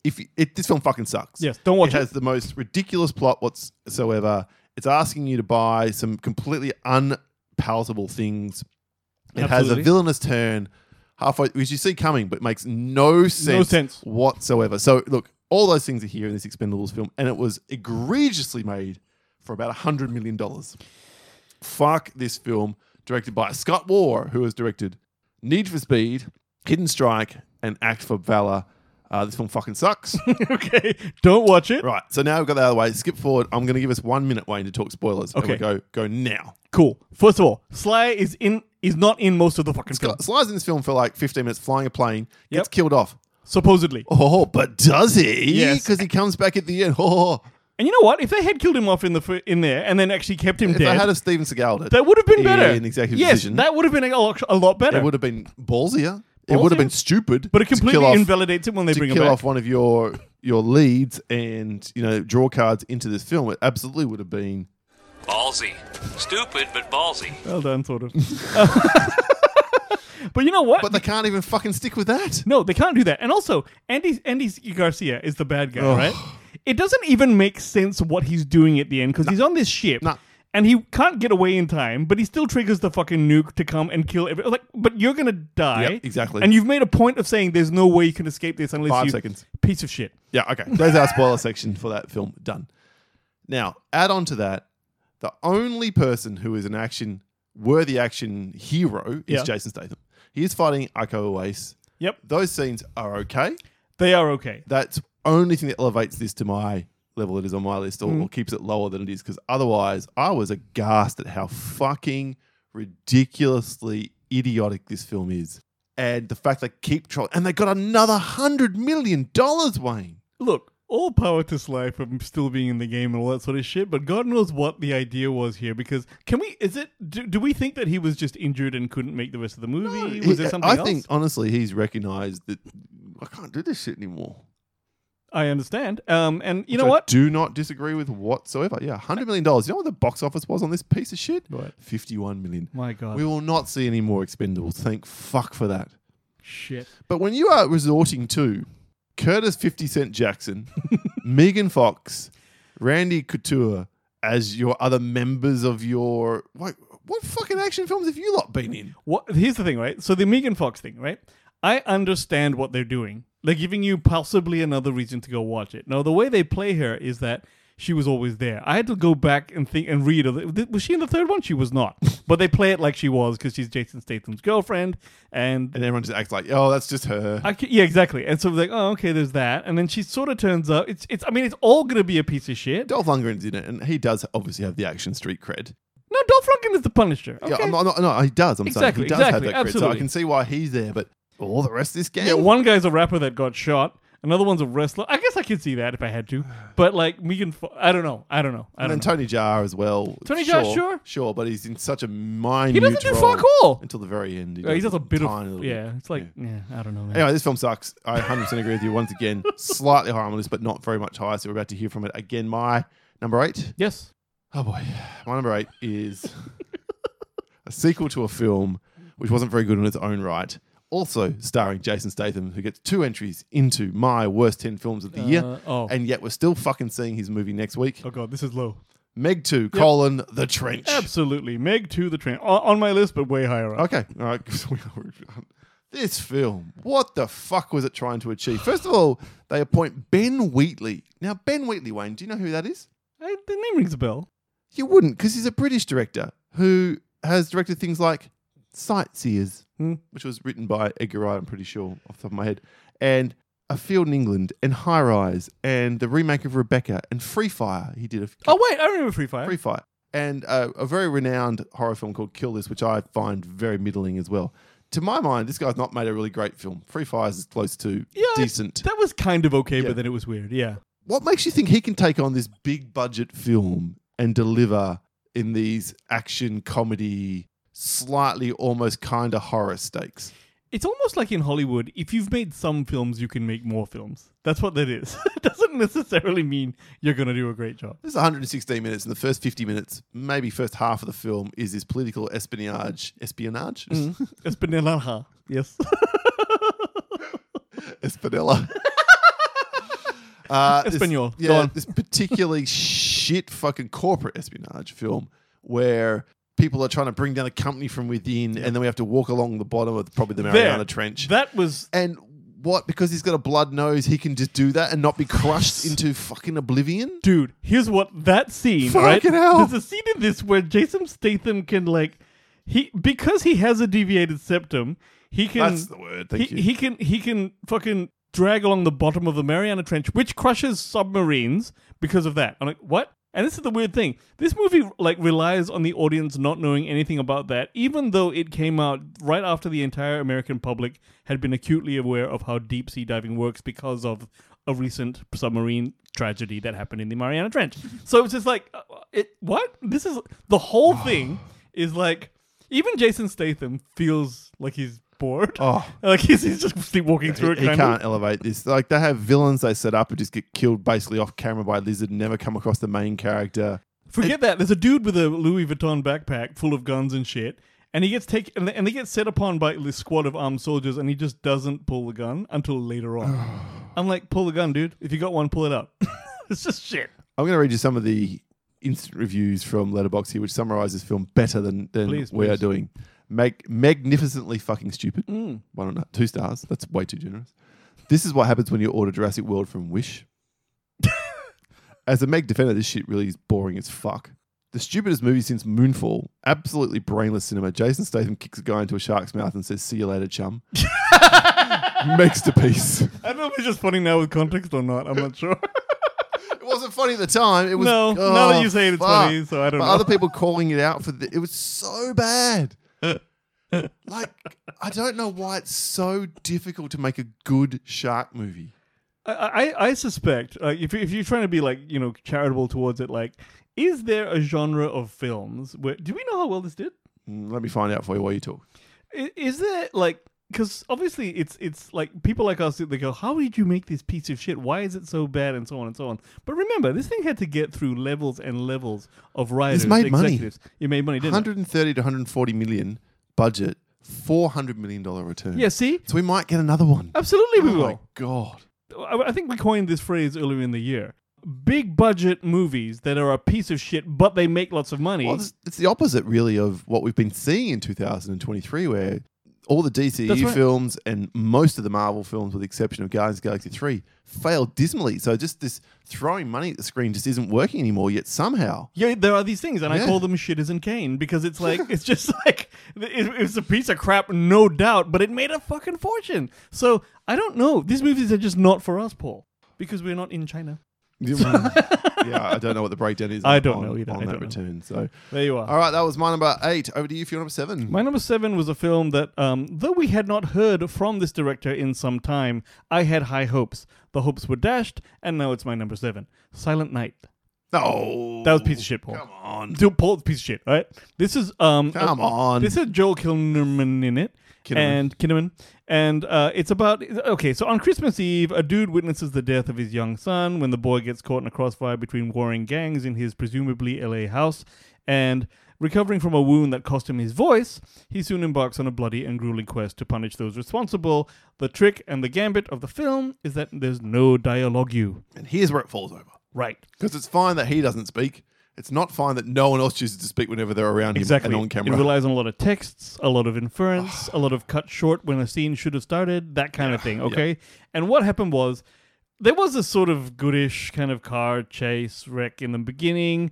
S2: If you- it, this film fucking sucks,
S1: yes, don't watch
S2: it has the most ridiculous plot whatsoever. It's asking you to buy some completely unpalatable things. It has a
S1: Absolutely.
S2: villainous turn halfway, which you see coming, but makes no sense,
S1: sense.
S2: whatsoever. So look, all those things are here in this Expendables film, and it was egregiously made for about hundred million dollars. Fuck this film, directed by Scott War, who has directed Need for Speed, Hidden Strike, and Act for Valor. Uh, this film fucking sucks.
S1: okay, don't watch it.
S2: Right, so now we've got that out of the way. Skip forward. I'm going to give us one minute, Wayne, to talk spoilers.
S1: Okay.
S2: And we go go now.
S1: Cool. First of all, Sly is in is not in most of the fucking film,
S2: Scott Sly's in this film for like 15 minutes, flying a plane, gets
S1: Yep.
S2: killed off.
S1: supposedly.
S2: Oh, but does he?
S1: Yes.
S2: Because he comes back at the end. Oh,
S1: And you know what? If they had killed him off in the fir- in there and then actually kept him
S2: if I
S1: dead,
S2: had a Steven Seagal, it,
S1: that would have been better.
S2: an executive
S1: yes,
S2: decision.
S1: that would have been a lot, a lot better.
S2: it would have been ballsier. It would have been
S1: Ballsier?
S2: stupid.
S1: but it
S2: to kill
S1: completely
S2: off-
S1: invalidates it when they
S2: to
S1: bring him
S2: kill
S1: back.
S2: off one of your your leads and you know draw cards into this film. It absolutely would have been.
S4: Ballsy. Stupid, but ballsy.
S1: Well done, sort of. but you know what?
S2: But they can't even fucking stick with that.
S1: no, they can't do that. And also, Andy Andy Garcia is the bad guy, right? It doesn't even make sense what he's doing at the end because he's on this ship.
S2: No.
S1: And he can't get away in time, but he still triggers the fucking nuke to come and kill every. Like, but you're gonna die.
S2: Yep, exactly.
S1: And you've made a point of saying there's no way you can escape this unless
S2: Five
S1: you
S2: seconds.
S1: piece of shit.
S2: Yeah, okay. There's our spoiler section for that film. Done. Now, add on to that, the only person who is an action worthy action hero is
S1: Yeah.
S2: Jason Statham. He is fighting Iko Uwais.
S1: Yep,
S2: Those scenes are okay.
S1: they are okay.
S2: That's only thing that elevates this to my level it is on my list or, or keeps it lower than it is because otherwise I was aghast at how fucking ridiculously idiotic this film is. And the fact they keep trolling and they got another hundred million dollars, Wayne.
S1: Look, all power to Sly for still being in the game and all that sort of shit, but God knows what the idea was here because can we, is it, do, do we think that he was just injured and couldn't make the rest of the movie? was there
S2: He-
S1: something
S2: I
S1: else?
S2: think honestly, he's recognised that I can't do this shit anymore.
S1: I understand. Um, and you know
S2: Which I
S1: what?
S2: do not disagree with whatsoever. Yeah, hundred million dollars. You know what the box office was on this piece of shit?
S1: What?
S2: Fifty-one million.
S1: My God.
S2: We will not see any more Expendables. Thank fuck for that.
S1: shit.
S2: But when you are resorting to Curtis 50 Cent Jackson, Megan Fox, Randy Couture as your other members of your what, what fucking action films have you lot been in?
S1: What, here's the thing, right? So the Megan Fox thing, right? I understand what they're doing. They're giving you possibly another reason to go watch it. Now, the way they play her is that she was always there. I had to go back and think and read. of the- Was she in the third one? She was not. but they play it like she was because she's Jason Statham's girlfriend. And
S2: And everyone just acts like, oh, that's just her.
S1: I ca- yeah, exactly. And so like, oh, okay, there's that. And then she sort of turns up. It's, it's. I mean, it's all gonna be a piece of shit.
S2: Dolph Lundgren's in it, and he does obviously have the action street cred.
S1: No, Dolph Lundgren is the Punisher. Okay.
S2: Yeah, I'm not, no, no, he does. I'm
S1: Exactly,
S2: saying he does
S1: exactly,
S2: have that cred, so I
S1: absolutely.
S2: can see why he's there. But all the rest of this game,
S1: Yeah, one guy's a rapper that got shot. Another one's a wrestler. I guess I could see that if I had to. But like Megan, Fo- I don't know. I don't know. I
S2: and
S1: don't
S2: then
S1: know.
S2: Tony Jar as well.
S1: Tony Jaa, sure.
S2: sure, but he's in such a minute.
S1: He doesn't do
S2: role
S1: fuck all.
S2: until the very end. He
S1: Yeah, He
S2: does
S1: does a bit
S2: tiny
S1: of
S2: little
S1: yeah. It's like yeah. I don't know. Man.
S2: Anyway, this film sucks. I 100% agree with you once again. Slightly harmless, but not very much higher. So we're about to hear from it again. My number eight.
S1: Yes.
S2: Oh boy, my number eight is a sequel to a film which wasn't very good in its own right. Also starring Jason Statham, who gets two entries into my worst ten films of the year,
S1: oh.
S2: and yet we're still fucking seeing his movie next week.
S1: Oh god, this is low.
S2: Meg Two: colon The Trench.
S1: Absolutely, Meg to the train on, on my list, but way higher up.
S2: Okay, all right. 'cause we are- this film, what the fuck was it trying to achieve? First of all, they appoint Ben Wheatley. Now, Ben Wheatley, Wayne, do you know who that is?
S1: I, the name rings a bell.
S2: You wouldn't, because he's a British director who has directed things like Sightseers,
S1: Hmm.
S2: which was written by Edgar Wright, I'm pretty sure, off the top of my head, and A Field in England, and High Rise, and the remake of Rebecca, and Free Fire. He did a
S1: Oh wait, I remember Free Fire.
S2: Free Fire. And uh, a very renowned horror film called Kill This, which I find very middling as well. To my mind, this guy's not made a really great film. Free Fire is close to
S1: Yeah,
S2: decent.
S1: That was kind of okay,
S2: Yeah.
S1: but then it was weird. Yeah.
S2: What makes you think he can take on this big budget film and deliver in these action comedy, slightly almost kind of horror stakes?
S1: It's almost like in Hollywood, if you've made some films, you can make more films. That's what that is. it doesn't necessarily mean you're going to do a great job.
S2: This is 116 minutes, and the first 50 minutes, maybe first half of the film, is this political espionage, espionage,
S1: Mm-hmm. Espinelanja. Yes.
S2: Espanella. uh, this-
S1: Espanol. Go
S2: Yeah,
S1: on.
S2: this particularly shit fucking corporate espionage film where people are trying to bring down a company from within, and then we have to walk along the bottom of probably the Mariana Trench.
S1: That was
S2: and what? Because he's got a blood nose, he can just do that and not be crushed into fucking oblivion.
S1: dude, here's what that scene,
S2: Fucking
S1: right?
S2: hell.
S1: There's a scene in this where Jason Statham can like he because he has a deviated septum, he can
S2: That's the word. Thank
S1: he,
S2: you.
S1: he can he can fucking drag along the bottom of the Mariana Trench, which crushes submarines because of that. I'm like, what? And this is the weird thing. This movie like relies on the audience not knowing anything about that, even though it came out right after the entire American public had been acutely aware of how deep sea diving works because of a recent submarine tragedy that happened in the Mariana Trench. So it's just like, uh, it what? This is the whole thing is like. Even Jason Statham feels like he's bored.
S2: Oh.
S1: Like he's, he's just sleepwalking through it.
S2: he, he
S1: kind
S2: can't
S1: of.
S2: elevate this. Like they have villains they set up who just get killed basically off camera by a lizard and never come across the main character.
S1: Forget that. There's a dude with a Louis Vuitton backpack full of guns and shit, and he gets taken and they, and they get set upon by this squad of armed soldiers, and he just doesn't pull the gun until later on. I'm like, pull the gun, dude. If you got one, pull it out. it's just shit.
S2: I'm going to read you some of the instant reviews from Letterboxd here, which summarize this film better than, than
S1: Please,
S2: we are
S1: please.
S2: doing. Mag- magnificently fucking stupid.
S1: Mm.
S2: Why not? Two stars. That's way too generous. This is what happens when you order Jurassic World from Wish. As a Meg defender, this shit really is boring as fuck. The stupidest movie since Moonfall. Absolutely brainless cinema. Jason Statham kicks a guy into a shark's mouth and says, See you later, chum. Makes to peace. It
S1: I don't know if it's just funny now with context or not. I'm not sure.
S2: wasn't funny at the time. It was
S1: no,
S2: oh,
S1: now that you say it, it's
S2: fuck.
S1: funny. So I don't
S2: but
S1: know.
S2: other people calling it out for the, it was so bad. like I don't know why it's so difficult to make a good shark movie.
S1: I, I, I suspect uh, if you- if you're trying to be like you know charitable towards it, like, is there a genre of films where do we know how well this did?
S2: Mm, Let me find out for you while you talk.
S1: I- Is there like because obviously it's it's like people like us they go how did you make this piece of shit why is it so bad and so on and so on but remember this thing had to get through levels and levels of writers
S2: made money.
S1: executives it made money didn't it
S2: 130 to 140 million budget, 400 million dollar return.
S1: yeah see
S2: So we might get another one.
S1: absolutely we
S2: oh my
S1: will
S2: god.
S1: I I think we coined this phrase earlier in the year big budget movies that are a piece of shit but they make lots of money
S2: Well, it's, it's the opposite really of what we've been seeing in 2023 where all the
S1: That's
S2: DCE
S1: right.
S2: films and most of the Marvel films with the exception of Guardians of the Galaxy 3 failed dismally. So just this throwing money at the screen just isn't working anymore yet somehow.
S1: Yeah, there are these things, and I
S2: Yeah.
S1: call them shitters and Kane because it's like it's just like it, it's a piece of crap, no doubt, but it made a fucking fortune. So I don't know. These movies are just not for us, Paul, because we're not in China.
S2: yeah, I don't know what the breakdown is.
S1: I don't
S2: on-
S1: know either.
S2: on
S1: I
S2: that
S1: don't know.
S2: return. So,
S1: There you are.
S2: all right, that was my number eight. Over to you for your number seven.
S1: My number seven was a film that, um, though we had not heard from this director in some time, I had high hopes. The hopes were dashed, and now it's my number seven, Silent Night.
S2: No,
S1: That was a piece of shit, Paul.
S2: Come on,
S1: Dude, Paul's a piece of shit. All right, this is um, a-
S2: come on.
S1: This is Joel Kinnaman in it,
S2: Kinnaman.
S1: and Kinnaman, and uh, it's about okay. So on Christmas Eve, a dude witnesses the death of his young son when the boy gets caught in a crossfire between warring gangs in his presumably LA house, and recovering from a wound that cost him his voice, he soon embarks on a bloody and grueling quest to punish those responsible. The trick and the gambit of the film is that there's no dialogue. You
S2: and here's where it falls over
S1: right.
S2: because it's fine that he doesn't speak. It's not fine that no one else chooses to speak whenever they're around
S1: Exactly.
S2: him and on camera.
S1: It relies on a lot of texts, a lot of inference, a lot of cut short when a scene should have started, that kind of thing. Okay. And what happened was there was a sort of goodish kind of car chase wreck in the beginning.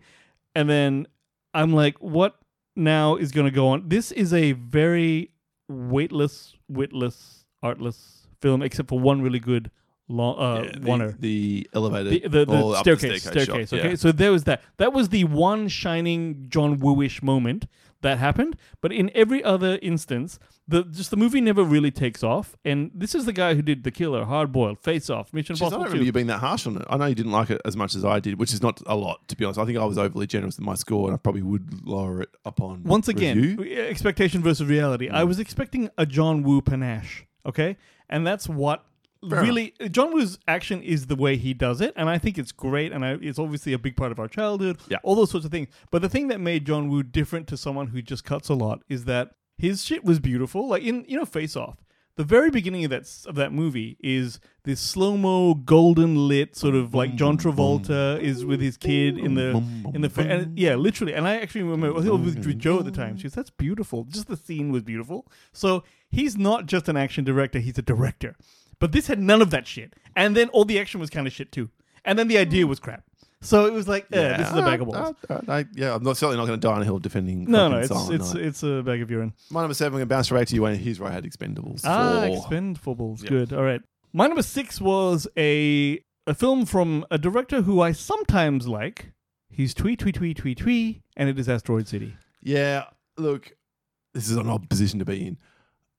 S1: And then I'm like, what now is going to go on? This is a very weightless, witless, artless film, except for one really good long, uh,
S2: Yeah, the,
S1: oneer
S2: the elevator,
S1: the, the,
S2: or
S1: the
S2: up
S1: staircase,
S2: shot,
S1: staircase.
S2: yeah.
S1: okay, so there was that. That was the one shining John Woo-ish moment that happened. But in every other instance, the just the movie never really takes off. And this is the guy who did The Killer, Hard Boiled, Face Off, Mission
S2: Jeez, I don't
S1: Impossible
S2: remember you
S1: 2.
S2: being that harsh on it. I know you didn't like it as much as I did, which is not a lot, to be honest. I think I was overly generous in my score, and I probably would lower it upon
S1: Once again,
S2: review. Hmm.
S1: we- uh, expectation versus reality. I was expecting a John Woo panache, okay? And that's what
S2: Fair
S1: really uh, John Woo's action is the way he does it, and I think it's great, and I, it's obviously a big part of our childhood,
S2: Yeah.
S1: all those sorts of things. But the thing that made John Woo different to someone who just cuts a lot is that his shit was beautiful. Like in you know Face Off, the very beginning of that s- of that movie is this slow mo, golden lit sort of like John Travolta is with his kid in the in the fa- and, yeah, literally. And I actually remember I was with, with Joe at the time. She was that's beautiful. Just the scene was beautiful. So he's not just an action director; he's a director. But this had none of that shit. And then all the action was kind of shit too. And then the idea was crap. So it was like, eh, this is a bag of balls.
S2: I- I- I- yeah, I'm not, certainly not going to die on a hill defending.
S1: no,
S2: fucking
S1: no, it's
S2: Silent
S1: it's
S2: Night.
S1: it's a bag of urine.
S2: My number seven, I'm going to bounce right back to you, Wayne. Here's where I had Expendables.
S1: Ah,
S2: four.
S1: Expendables.
S2: Yeah.
S1: Good. All right. My number six was a a film from a director who I sometimes like. He's tweet tweet tweet tweet tweet, and it is Asteroid City.
S2: Yeah, look, this is an odd position to be in.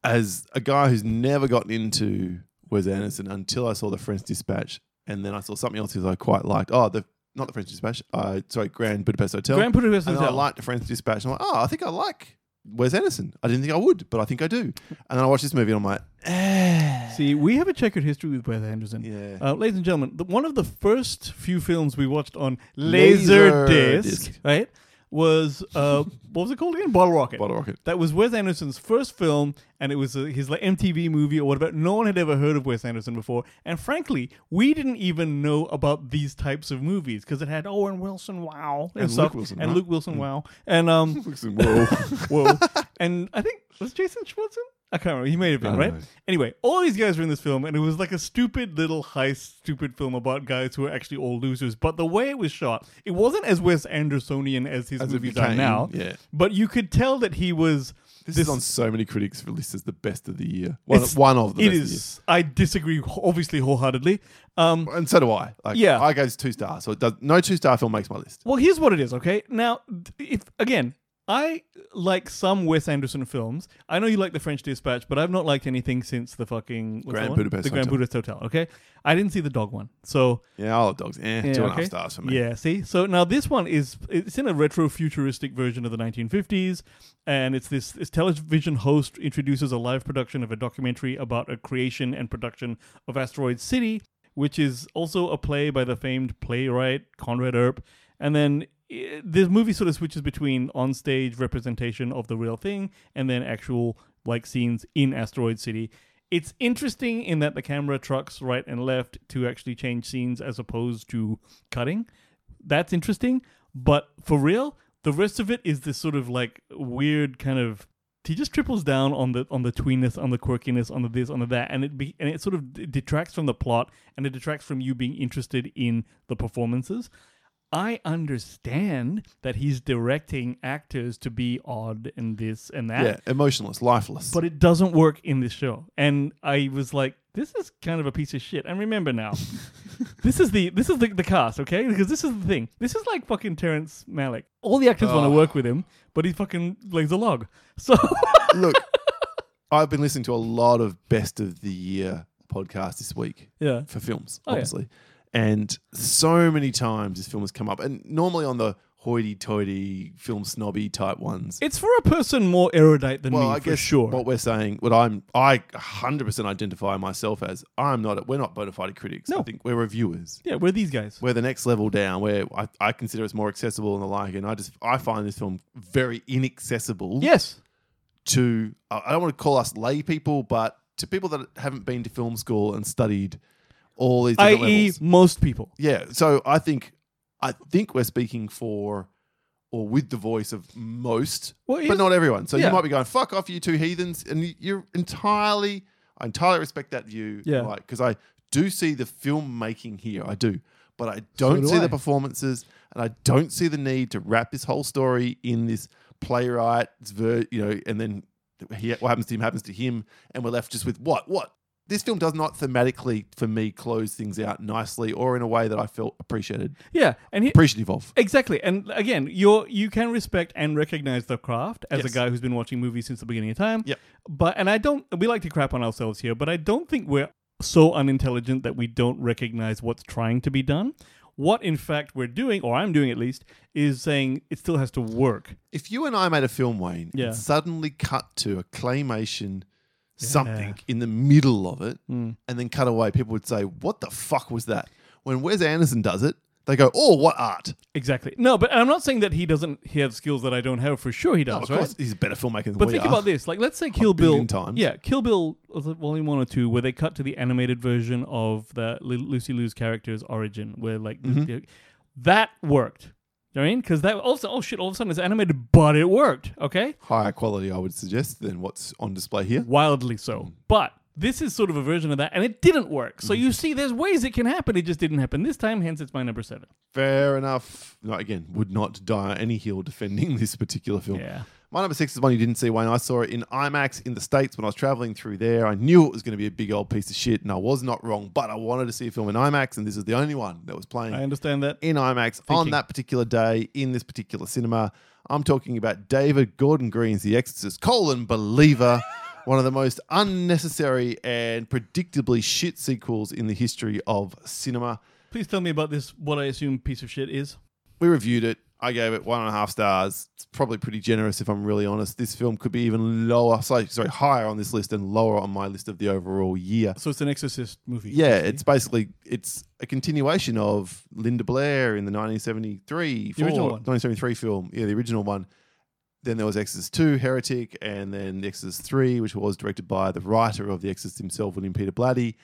S2: As a guy who's never gotten into Wes Anderson until I saw The French Dispatch, and then I saw something else that I quite liked. Oh, the not The French Dispatch. Uh, sorry, Grand Budapest Hotel.
S1: Grand Budapest
S2: And then I
S1: Hotel.
S2: liked The French Dispatch. And I'm like, oh, I think I like Wes Anderson. I didn't think I would, but I think I do. And then I watched this movie, and I'm like, eh.
S1: See, we have a checkered history with Wes Anderson.
S2: Yeah.
S1: Uh, ladies and gentlemen, the, one of the first few films we watched on
S2: Laserdisc.
S1: Laserdisc, right, was uh, what was it called again? Bottle Rocket.
S2: Bottle Rocket.
S1: That was Wes Anderson's first film, and it was uh his like MTV movie or whatever. No one had ever heard of Wes Anderson before, and frankly, we didn't even know about these types of movies because it had Owen Wilson, wow, and,
S2: And Luke
S1: stuff,
S2: Wilson, Mm.
S1: and
S2: right?
S1: Luke Wilson, wow, and um,
S2: Whoa.
S1: Whoa. and I think was Jason Schwartzen? I can't remember. He may have been,
S2: don't
S1: right?
S2: know.
S1: Anyway, all these guys were in this film, and it was like a stupid little heist, stupid film about guys who are actually all losers. But the way it was shot, it wasn't as Wes Andersonian as his
S2: As if he
S1: movies are
S2: came,
S1: now.
S2: yeah.
S1: But you could tell that he was.
S2: This, is on so many critics' lists as the best of the year. One,
S1: it's-
S2: one of the
S1: It
S2: best of the year.
S1: is. I disagree, obviously, wholeheartedly. Um,
S2: and so do I. Like,
S1: Yeah.
S2: I gave it two stars, so it does no two star film makes my list.
S1: Well, here's what it is, okay? Now, th- if again, I like some Wes Anderson films. I know you like The French Dispatch, but I've not liked anything since the fucking what's
S2: Grand
S1: that one?
S2: Budapest
S1: the Grand
S2: Hotel.
S1: Budapest Hotel. Okay, I didn't see the dog one, so
S2: Yeah, I love dogs. Eh,
S1: yeah,
S2: two and a half
S1: okay.
S2: stars for me.
S1: Yeah, see, so now this one is it's in a retro futuristic version of the 1950s, and it's this, this television host introduces a live production of a documentary about a creation and production of Asteroid City, which is also a play by the famed playwright Conrad Erp, and then. i the movie sort of switches between onstage representation of the real thing and then actual like scenes in Asteroid City. It's interesting in that the camera trucks right and left to actually change scenes as opposed to cutting. That's interesting. But for real, the rest of it is this sort of like weird kind of he just triples down on the on the tweeness, on the quirkiness, on the this, on the that, and it be, and it sort of d- detracts from the plot and it detracts from you being interested in the performances. I understand that he's directing actors to be odd and this and that
S2: Yeah, emotionless, lifeless.
S1: but it doesn't work in this show. And I was like, this is kind of a piece of shit. And remember now, this is the this is the, the cast, okay? Because this is the thing. This is like fucking Terrence Malick. All the actors want to
S2: Ugh.
S1: work with him, but he fucking lays a log. So
S2: Look, I've been listening to a lot of best of the year podcasts this week
S1: yeah,
S2: for films,
S1: Oh, yeah.
S2: obviously. And so many times this film has come up, and normally on the hoity toity, film snobby type ones.
S1: it's for a person more erudite than
S2: well,
S1: me
S2: I
S1: for
S2: guess
S1: sure.
S2: what we're saying, what I'm, I 100% identify myself as, I'm not, we're not bona fide critics.
S1: No.
S2: I think we're reviewers.
S1: yeah, we're these guys.
S2: we're the next level down where I, I consider it's more accessible and the like and i just i find this film very inaccessible
S1: yes,
S2: to i I don't want to call us lay people but to people that haven't been to film school and studied all these different
S1: i.e.,
S2: levels
S1: E most people.
S2: yeah so i think i think we're speaking for or with the voice of most
S1: Well,
S2: but
S1: here's-
S2: not everyone so
S1: yeah.
S2: you might be going fuck off you two heathens and you- you're entirely i entirely respect that view
S1: Yeah.
S2: like because i do see the filmmaking here i do but i don't
S1: do
S2: see
S1: I.
S2: the performances and i don't see the need to wrap this whole story in this playwright's ver- you know and then he, what happens to him happens to him and we're left just with what what this film does not thematically, for me, close things out nicely or in a way that I felt appreciated,
S1: Yeah, and he,
S2: appreciative of.
S1: Exactly, and again, you're you can respect and recognize the craft as
S2: Yes.
S1: a guy who's been watching movies since the beginning of time.
S2: Yep.
S1: But and I don't we like to crap on ourselves here, but I don't think we're so unintelligent that we don't recognize what's trying to be done. What in fact we're doing, or I'm doing at least, is saying it still has to work.
S2: If you and I made a film, Wayne,
S1: Yeah.
S2: and suddenly cut to a claymation something in the middle of it
S1: Hmm.
S2: and then cut away, people would say, What the fuck was that? When Wes Anderson does it, they go, Oh, what art?
S1: Exactly. No, but I'm not saying that he doesn't he have skills that I don't have. For sure, he does.
S2: Oh, of
S1: right?
S2: course, he's a better filmmaker than
S1: But
S2: we
S1: think
S2: are.
S1: about this. Like, let's say Kill Bill.
S2: billion times.
S1: Yeah, Kill Bill, was it Volume 1 or 2, where they cut to the animated version of the Lu- Lucy Liu's character's origin, where, like, the- the- that worked. You know what I mean? Because that also, oh shit, all of a sudden it's animated, but it worked, okay?
S2: Higher quality, I would suggest, than what's on display here.
S1: Wildly so. But this is sort of a version of that, and it didn't work. So you see, there's ways it can happen. It just didn't happen this time, hence it's my number seven.
S2: Fair enough. No, again, would not die on any hill defending this particular film.
S1: Yeah.
S2: My number six is one you didn't see, Wayne. I saw it in IMAX in the States when I was traveling through there. I knew it was going to be a big old piece of shit, and I was not wrong, but I wanted to see a film in IMAX, and this is the only one that was playing
S1: I understand that.
S2: in IMAX on that particular day in this particular cinema. I'm talking about David Gordon Green's The Exorcist, colon believer, one of the most unnecessary and predictably shit sequels in the history of cinema.
S1: Please tell me about this, what I assume piece of shit is.
S2: We reviewed it. I gave it one and a half stars. It's probably pretty generous if I'm really honest. This film could be even lower, sorry, sorry higher on this list and lower on my list of the overall year.
S1: So it's an Exorcist movie.
S2: Yeah, it's basically it's a continuation of Linda Blair in the 1973
S1: The original one.
S2: 1973 film. Yeah, the original one. Then there was Exorcist 2, Heretic, and then Exorcist 3, which was directed by the writer of The Exorcist himself, William Peter Blatty.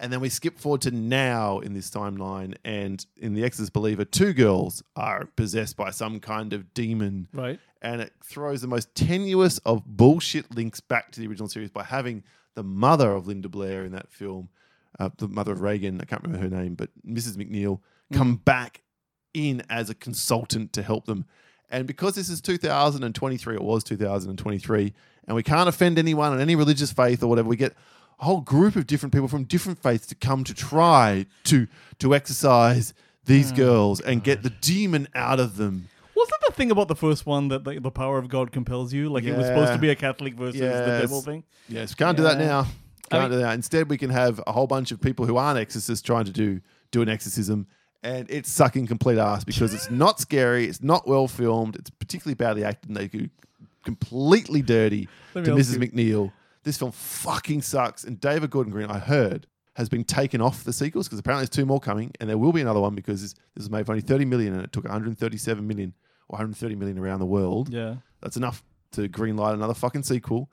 S2: And then we skip forward to now in this timeline, and in The Exorcist Believer, two girls are possessed by some kind of demon
S1: Right?
S2: and it throws the most tenuous of bullshit links back to the original series by having the mother of Linda Blair in that film, uh, the mother of Reagan, I can't remember her name, but Mrs. McNeil, come back in as a consultant to help them. And because this is 2023, it was 2023, and we can't offend anyone in any religious faith or whatever, we get a whole group of different people from different faiths to come to try to to exercise these girls and get the demon out of them.
S1: Wasn't the thing about the first one that like, the power of God compels you? Like it was supposed
S2: Yeah.
S1: to be a Catholic versus the
S2: Yes.
S1: devil thing.
S2: Yes, can't do that
S1: Yeah.
S2: now.
S1: I
S2: Can't
S1: mean-
S2: do that. Instead, we can have a whole bunch of people who aren't exorcists trying to do do an exorcism, and it's sucking complete ass because it's not scary, it's not well filmed, it's particularly badly acted, and they go completely dirty to
S1: Let me ask
S2: Mrs. McNeil. This film fucking sucks, and David Gordon Green, I heard, has been taken off the sequels because apparently there's two more coming, and there will be another one because this, this was made for only 30 million, and it took 137 million or 130 million around the world.
S1: Yeah.
S2: That's enough to greenlight another fucking sequel.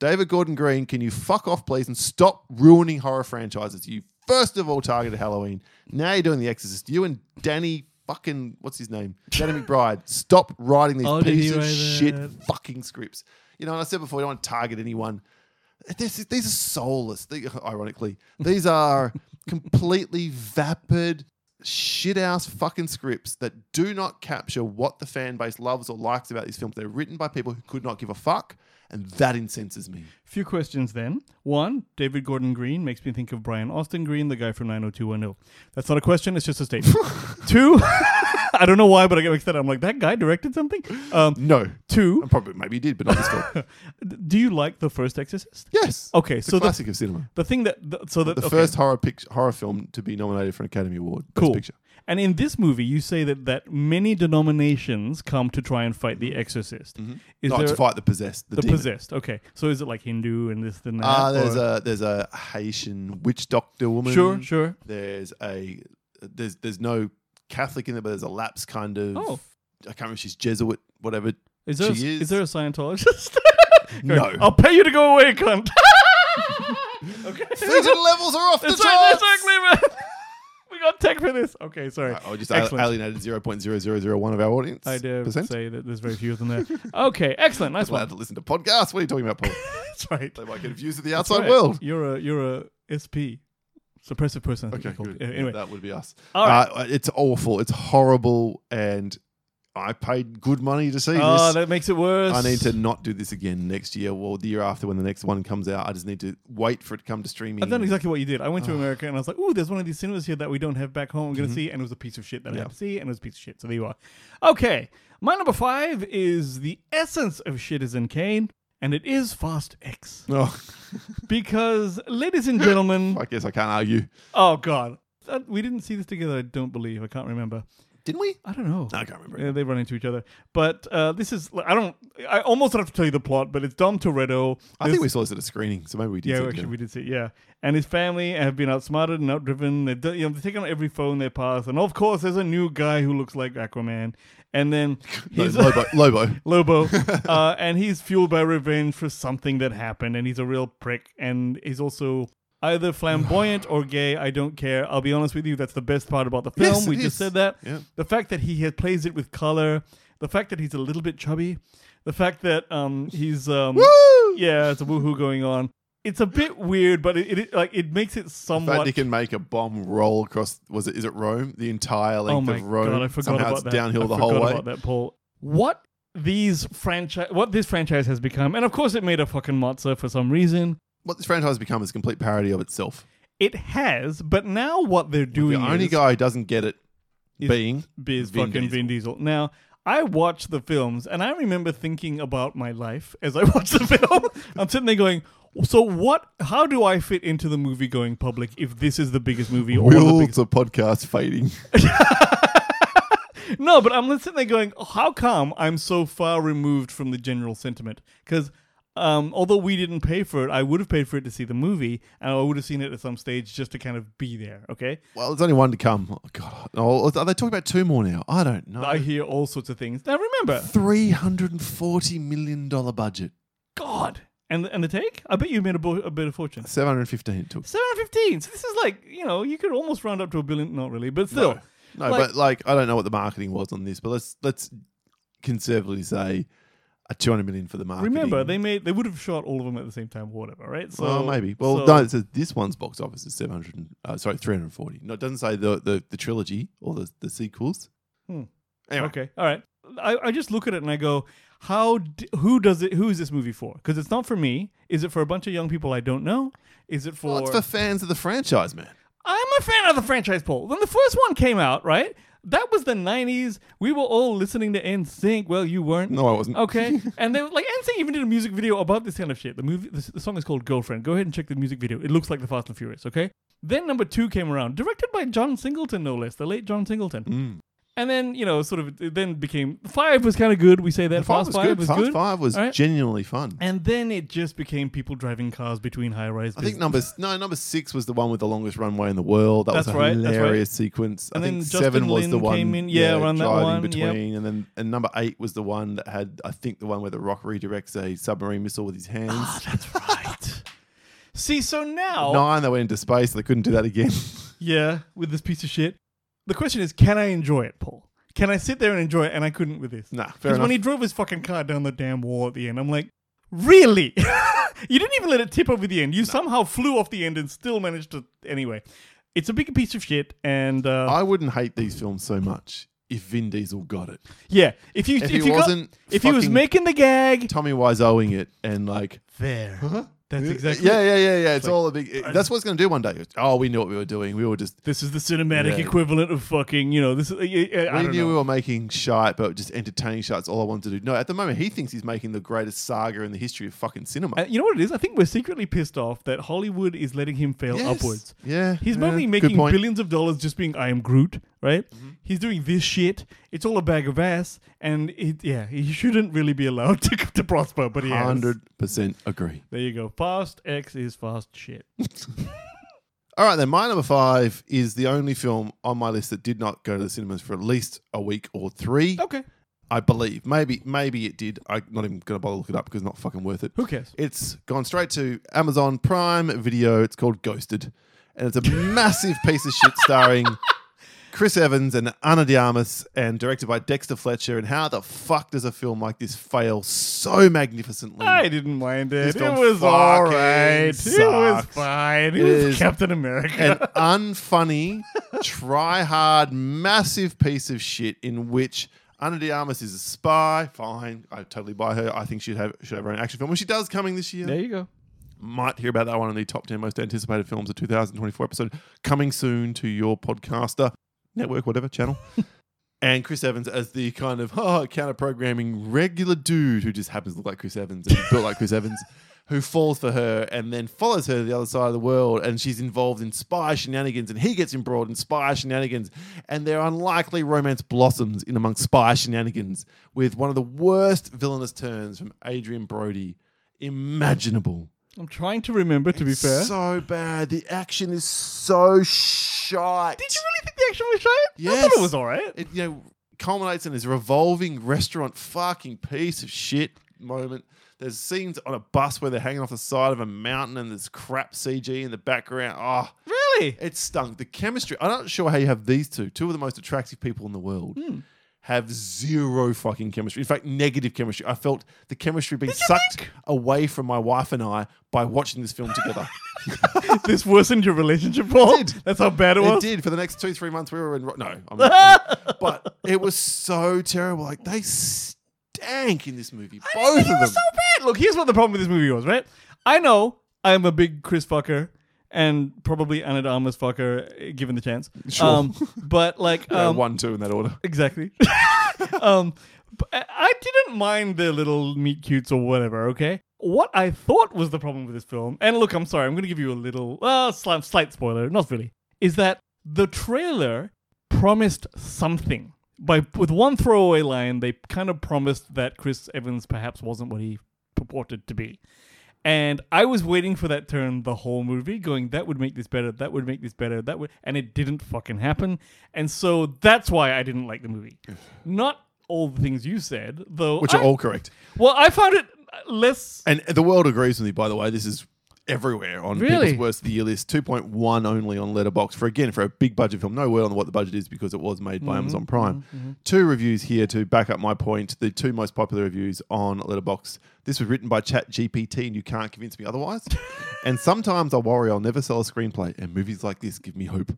S2: David Gordon Green, can you fuck off, please, and stop ruining horror franchises? You first of all targeted Halloween. Now you're doing The Exorcist. You and Danny fucking what's his name, Danny McBride. Stop writing these
S1: Oh, did he
S2: piece of
S1: write
S2: shit
S1: that?
S2: fucking scripts. You know, and I said before, you don't want to target anyone. This is, these are soulless. They, ironically, these are completely vapid shit ass fucking scripts that do not capture what the fan base loves or likes about these films. They're written by people who could not give a fuck, and that incenses me.
S1: Few questions then. One, David Gordon Green makes me think of Brian Austin Green, the guy from 90210. That's not a question, it's just a statement. Two, I don't know why, but I get mixed up. I'm like, that guy directed something? Um,
S2: No,
S1: two,
S2: and probably maybe you did, but not this film.
S1: do you like The First Exorcist?
S2: yes.
S1: Okay,
S2: It's
S1: so
S2: a
S1: the-
S2: classic of cinema.
S1: The thing that, th- so that,
S2: The
S1: okay.
S2: first horror pic- horror film to be nominated for an Academy Award. Best
S1: Cool.
S2: Picture.
S1: And in this movie, you say that, that many denominations come to try and fight
S2: Mm-hmm.
S1: the exorcist. Is
S2: Not
S1: there
S2: Oh, to fight the possessed. The,
S1: the
S2: demon.
S1: possessed? Okay, so is it like Hindu and this and that?
S2: Ah, there's
S1: or-
S2: a there's a Haitian witch doctor woman.
S1: Sure, sure.
S2: There's a there's there's no Catholic in there, but there's a lapse kind of.
S1: Oh.
S2: I can't remember. if She's Jesuit, whatever.
S1: Is there a,
S2: she
S1: is.
S2: is.
S1: there a Scientologist?
S2: No.
S1: I'll pay you to go away, cunt. okay.
S2: Fiction levels are off the
S1: That's
S2: charts.
S1: right, exactly, man. we got tech for this. Okay, sorry.
S2: I just
S1: excellent.
S2: alienated zero point zero zero zero one of our audience.
S1: I dare
S2: percent.
S1: say that there's very few of them there. okay, excellent. Nice
S2: allowed
S1: one.
S2: to listen to podcasts. What are you talking about, Paul?
S1: That's right.
S2: they might get views of the outside
S1: Right.
S2: world.
S1: You're a you're a SP, suppressive person. I think they're called.
S2: good.
S1: Anyway,
S2: Uh, that would be us.
S1: All right.
S2: Uh, it's awful. It's horrible, and I paid good money to see
S1: Oh,
S2: this.
S1: that makes it worse.
S2: I need to not do this again next year or the year after when the next one comes out. I just need to wait for it to come to streaming.
S1: I've done exactly what you did. I went to
S2: Ah.
S1: America and I was like, "Ooh, there's one of these cinemas here that we don't have back home. I'm going to
S2: Mm-hmm.
S1: see." And it was a piece of shit that I had to see, and it was a piece of shit. So there you are. Okay, my number five is the essence of Citizen Kane, and it is Fast X
S2: Oh,
S1: because, ladies and gentlemen,
S2: I guess I can't argue.
S1: oh god, That- we didn't see this together. I don't believe. I can't remember.
S2: Didn't we?
S1: I don't know.
S2: No, I can't remember.
S1: Yeah, they run into each other. But uh, this is I don't I almost have to tell you the plot, but it's Dom Toretto.
S2: I think
S1: This-
S2: we saw this at a screening, so maybe we did.
S1: yeah,
S2: see it
S1: actually,
S2: together.
S1: we did see. it, Yeah, and his family have been outsmarted and outdriven. They, do- you know, they take on every phone they pass, and of course, there's a new guy who looks like Aquaman, and then
S2: No,
S1: he's
S2: Lobo, Lobo.
S1: Lobo, uh, and he's fueled by revenge for something that happened, and he's a real prick, and he's also either flamboyant or gay. I don't care. I'll be honest with you, that's the best part about the film.
S2: Yes, it
S1: we just
S2: is.
S1: said that.
S2: Yeah.
S1: The fact that he had plays it with color, the fact that he's a little bit chubby, the fact that um he's um
S2: Woo!
S1: yeah, it's a woohoo going on. It's a bit weird, but it, it like it makes it
S2: In fact,
S1: somewhat.
S2: he can make a bomb roll across. Was it? Is it Rome? The entire
S1: oh
S2: length
S1: my
S2: of Rome.
S1: god, I forgot
S2: Somehow
S1: about
S2: it's
S1: that.
S2: downhill
S1: I
S2: the
S1: forgot
S2: whole way.
S1: About that, Paul. What these franchise, what this franchise has become, and of course, it made a fucking matzo for some reason.
S2: What this franchise has become is a complete parody of itself.
S1: It has, but now what they're doing
S2: the only
S1: is,
S2: guy who doesn't get it
S1: is
S2: being
S1: is
S2: Vin
S1: fucking Vin Diesel. Now, I watched the films and I remember thinking about my life as I watched the film. I'm sitting there going, so what? How do I fit into the movie going public if this is the biggest movie or one of the
S2: Will
S1: biggest?
S2: the podcast fading?
S1: No, but I'm sitting there going, how come I'm so far removed from the general sentiment? Because um, although we didn't pay for it, I would have paid for it to see the movie, and I would have seen it at some stage just to kind of be there. Okay,
S2: Well, there's only one to come. Oh, God. Oh, are they talking about two more now? I don't know.
S1: I hear all sorts of things. Now remember,
S2: $340 million budget.
S1: God, and and the take. I bet you made a, bo- a bit of fortune.
S2: 715 it took.
S1: Seven fifteen. So this is like you know you could almost round up to a billion. Not really, but still. Like-
S2: No, but like I don't know what the marketing was on this, but let's let's conservatively say a 200 million for the marketing.
S1: Remember, they made they would have shot all of them at the same time, or whatever, right? So
S2: well, Oh, maybe. Well,
S1: so-
S2: no, it says this one's box office is 700 and- uh, sorry, 340. No, it doesn't say the the, the trilogy or the, the sequels.
S1: Hmm.
S2: Anyway,
S1: Okay, all right. I, I just look at it and I go, how? D- who does it? Who is this movie for? Because it's not for me. Is it for a bunch of young people I don't know? Is it for?
S2: Well, it's for fans of the franchise, man.
S1: I'm a fan of the franchise poll. When the first one came out, right? That was the '90s. We were all listening to NSYNC. Well, you weren't.
S2: No, I wasn't.
S1: Okay, and they were- like NSYNC even did a music video about this kind of shit. The movie, the, the song is called Girlfriend. Go ahead and check the music video. It looks like the Fast and Furious. Okay. Then number two came around, directed by John Singleton, no less, the late John Singleton.
S2: Mm.
S1: And then you know, sort of, it then became five was kind of good. We say that Fast
S2: Five was
S1: Five
S2: good.
S1: was
S2: Fast
S1: good.
S2: Five was
S1: All right.
S2: genuinely fun.
S1: and then it just became people driving cars between high-rise.
S2: I think number no number six was the one with the longest runway in the world. That
S1: That's
S2: was a
S1: right, that's right.
S2: hilarious sequence.
S1: And
S2: I
S1: then
S2: think
S1: Justin
S2: seven was
S1: Lin
S2: the one
S1: came in- yeah, around that
S2: driving
S1: one, yep.
S2: between, and then and number eight was the one that had I think the one where the rock redirects a submarine missile with his hands.
S1: Ah, that's right. See, so now
S2: Nine, they went into space. They couldn't do that again.
S1: yeah, with this piece of shit. The question is, can I enjoy it, Paul? Can I sit there and enjoy it? And I couldn't with this.
S2: Nah, fair
S1: Because
S2: enough.
S1: when he drove his fucking car down the damn wall at the end, I'm like, really? you didn't even let it tip over the end. You somehow flew off the end and still managed to. Anyway, it's a big piece of shit. And uh,
S2: I wouldn't hate these films so much if Vin Diesel got it.
S1: yeah, if you
S2: If
S1: if,
S2: he
S1: you
S2: wasn't
S1: got, if he was
S2: fucking-
S1: making the gag
S2: Tommy Wiseauing it and like.
S1: there, that's exactly.
S2: Uh-huh. Yeah, yeah, yeah, yeah. It's all a big. it- that's what it's going to do one day. Oh, we knew what we were doing. We were just.
S1: This is the cinematic
S2: Yeah.
S1: equivalent of fucking. You know, this. is- I, I, I
S2: We
S1: don't
S2: knew
S1: know.
S2: we were making shite, but just entertaining shots. All I wanted to do. No, at the moment, he thinks he's making the greatest saga in the history of fucking cinema.
S1: And you know what it is? I think we're secretly pissed off that Hollywood is letting him fail
S2: Yes.
S1: upwards.
S2: Yeah,
S1: He's
S2: yeah,
S1: probably
S2: good
S1: making
S2: point.
S1: billions of dollars just being I am Groot, right? He's doing this shit. It's all a bag of ass. And it, yeah, he shouldn't really be allowed to, to prosper, but he has.
S2: Hundred percent agree.
S1: There you go. Fast X is fast shit.
S2: All right, then my number five is the only film on my list that did not go to the cinemas for at least a week or three.
S1: Okay.
S2: I believe. Maybe, maybe it did. I'm not even going to bother look it up because it's not fucking worth it.
S1: Who cares?
S2: It's gone straight to Amazon Prime Video. It's called Ghosted, and it's a massive piece of shit starring Chris Evans and Ana de Armas, and directed by Dexter Fletcher. And how the fuck does a film like this fail so magnificently?
S1: I didn't mind it.
S2: This
S1: It
S2: film
S1: was all
S2: fucking
S1: right. It was
S2: sucks.
S1: fine. It,
S2: It
S1: was
S2: is-
S1: Captain America.
S2: an unfunny, try hard, massive piece of shit in which Ana de Armas is a spy. Fine, I totally buy her. I think she'd have should have her own action film, which she does coming this year.
S1: There you go.
S2: Might hear about that one in the top ten most anticipated films of 2024 episode coming soon to your podcaster network, whatever channel. and Chris Evans as the kind of oh, counter programming regular dude who just happens to look like Chris Evans and built like Chris Evans, who falls for her and then follows her to the other side of the world. And she's involved in spy shenanigans, and he gets embroiled in spy shenanigans. And their unlikely romance blossoms in amongst spy shenanigans with one of the worst villainous turns from Adrian Brody imaginable.
S1: I'm trying to remember, to be fair.
S2: So bad. The action is so shite.
S1: Did you really think the action was shite? I
S2: Yes.
S1: thought it was all right.
S2: it you know culminates in this revolving restaurant fucking piece of shit moment. There's scenes on a bus where they're hanging off the side of a mountain and there's crap CG in the background. Oh,
S1: really?
S2: it stunk. The chemistry. I'm not sure how you have these two, two of the most attractive people in the world, have zero fucking chemistry. In fact, negative chemistry. I felt the chemistry being sucked away from my wife and I by watching this film together.
S1: this worsened your relationship, Paul?
S2: did.
S1: That's how bad it was?
S2: It did for the next two three months. We were in ro- no, I'm not, but it was so terrible. Like they stank in this movie. Both of
S1: It
S2: them.
S1: was so bad. Look, here's what the problem with this movie was, right? I know I'm a big Chris fucker and probably Anna de Armas fucker, eh, given the chance. Um,
S2: Sure.
S1: but like,
S2: Yeah,
S1: um,
S2: one two in that order.
S1: exactly. um, but I- I didn't mind the little meet cutes or whatever. Okay, what I thought was the problem with this film, and look, I'm sorry, I'm going to give you a little, uh, slight, slight spoiler, not really, is that the trailer promised something. By with one throwaway line, they kind of promised that Chris Evans perhaps wasn't what he purported to be. And I was waiting for that turn the whole movie, going, that would make this better, that would make this better, that would. And it didn't fucking happen. And so that's why I didn't like the movie. Not all the things you said, though.
S2: Which are
S1: I-
S2: all correct.
S1: Well, I found it less.
S2: And the world agrees with me. By the way, this is everywhere on
S1: Really?
S2: people's worst of the year list. Two point one only on Letterbox for again for a big budget film. No word on what the budget is because it was made by
S1: Mm-hmm,
S2: Amazon Prime. Two reviews here to back up my point. The two most popular reviews on Letterbox. This was written by Chat GPT, and you can't convince me otherwise. and sometimes I worry I'll never sell a screenplay, and movies like this give me hope.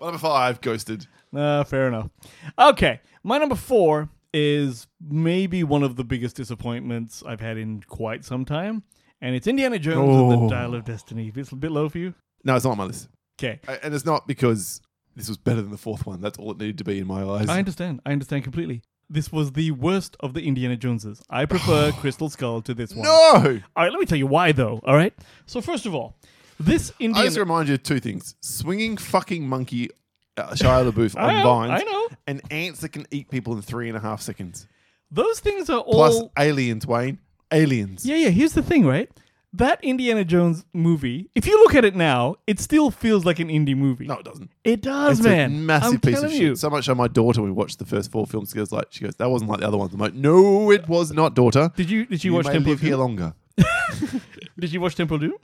S2: My number five, Ghosted.
S1: Uh, fair enough. Okay, my number four is maybe one of the biggest disappointments I've had in quite some time. And it's Indiana Jones and
S2: Oh.
S1: the Dial of Destiny. It's a bit low for you?
S2: No, it's not on my list,
S1: Okay.
S2: A- and it's not because this was better than the fourth one. That's all it needed to be in my eyes.
S1: I understand. I understand completely. This was the worst of the Indiana Joneses. I prefer Crystal Skull to this one.
S2: no.
S1: All right, let me tell you why, though. All right. So first of all, this
S2: I just
S1: Indiana.
S2: remind you of two things: swinging fucking monkey, uh, Shia LaBeouf on
S1: I know,
S2: vines.
S1: I know.
S2: And ants that can eat people in three and a half seconds.
S1: Those things are all.
S2: Plus aliens, Wayne. Aliens.
S1: yeah, yeah. Here's the thing, right? That Indiana Jones movie, if you look at it now, it still feels like an indie movie.
S2: No, it doesn't.
S1: it does,
S2: It's
S1: man.
S2: a massive
S1: I'm
S2: piece of
S1: telling
S2: shit.
S1: you.
S2: So much so my daughter, when we watched the first four films, she goes like, she goes, that wasn't like the other ones. I'm like, no, it was not, daughter.
S1: Did you did you, watch
S2: may
S1: Temple
S2: live
S1: of
S2: here
S1: Doom?
S2: longer?
S1: Did you watch Temple of Doom?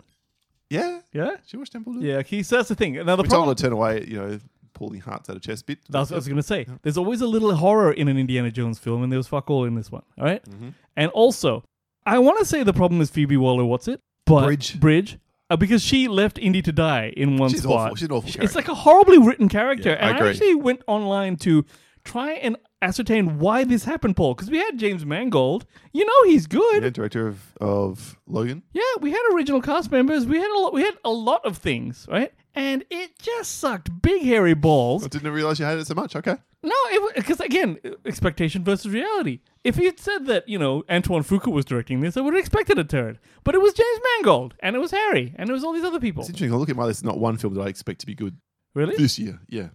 S2: Yeah.
S1: Yeah.
S2: She watched Temple. Doom?
S1: Yeah. He says the thing. Now the
S2: We
S1: problem.
S2: told her to turn away. You know, pull the hearts out of chest bit.
S1: That's what I was going to say. There's always a little horror in an Indiana Jones film, and there was fuck all in this one. All right? And also, I want to say the problem is Phoebe Waller. What's it? But
S2: Bridge.
S1: Bridge. Uh, because she left Indy to die in one
S2: She's
S1: spot.
S2: awful. She's an awful
S1: It's
S2: character.
S1: like a horribly written character.
S2: Yeah, I
S1: and I,
S2: agree.
S1: actually went online to try and ascertain why this happened, Paul. Because we had James Mangold. You know he's good.
S2: Yeah, director of, of Logan.
S1: Yeah, we had original cast members. We had a lot. We had a lot of things, right? And it just sucked big hairy balls.
S2: I didn't realize you hated it so much. Okay.
S1: No, because again, uh, expectation versus reality. If you'd said that, you know, Antoine Fuqua was directing this, I would have expected a turn. But it was James Mangold, and it was Harry, and it was all these other people.
S2: It's interesting. I look at my list. Not one film that I expect to be good
S1: Really?
S2: this year. Yeah.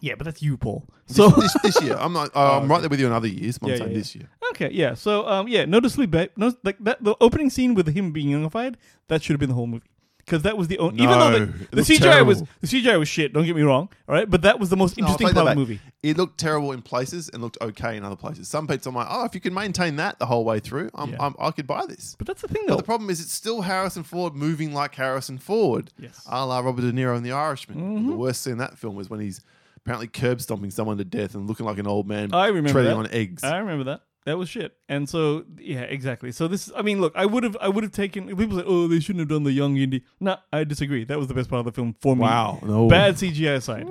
S1: Yeah, but that's you, Paul. So Oh,
S2: this, this year. I'm not. I'm right there with you on other years. But
S1: Yeah,
S2: I'm saying
S1: yeah, yeah.
S2: this year.
S1: okay, yeah. So um, yeah, noticeably, ba- no, like that, the opening scene with him being youngified, that should have been the whole movie. Because that was the only, even though
S2: No,
S1: the,
S2: it
S1: the
S2: looked
S1: CGI was
S2: terrible.
S1: the CGI was shit. Don't get me wrong, all right. But that was the most
S2: No, I'll
S1: interesting
S2: take that
S1: part of
S2: back.
S1: the movie.
S2: It looked terrible in places and looked okay in other places. Some people are like, oh, if you can maintain that the whole way through, I'm,
S1: Yeah.
S2: I'm, I could buy this.
S1: But that's the thing, though.
S2: The problem is, it's still Harrison Ford moving like Harrison Ford.
S1: Yes. Mm-hmm.
S2: A la Robert De Niro in The Irishman. The worst scene in that film was when he's apparently curb stomping someone to death and looking like an old man
S1: I remember
S2: treading
S1: that. Uh,
S2: on eggs.
S1: I remember that. That was shit. And so yeah, exactly. So this I mean, look, I would have I would have taken people say, Oh, they shouldn't have done the young indie. No,
S2: oh,
S1: I disagree. That was the best part of the film for me.
S2: Wow, no.
S1: Bad CGI aside.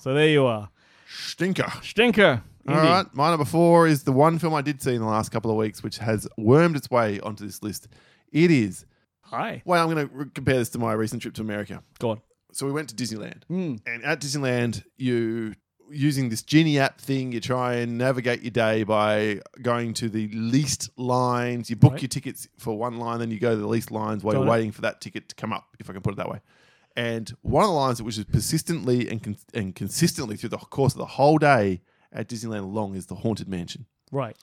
S1: so there you are.
S2: Stinker.
S1: Stinker.
S2: All right, my number four is the one film I did see in the last couple of weeks, which has wormed its way onto this list. It is.
S1: Hi.
S2: Well, I'm going to re- compare this to my recent trip to America.
S1: Go on.
S2: So we went to Disneyland,
S1: Hmm.
S2: and at Disneyland, you using this genie app thing, you try and navigate your day by going to the least lines. You book
S1: Right.
S2: your tickets for one line, then you go to the least lines while
S1: Got
S2: you're
S1: it.
S2: waiting for that ticket to come up, if I can put it that way. And one of the lines, which is persistently and con- and consistently through the course of the whole day at Disneyland long, is the Haunted Mansion.
S1: Right.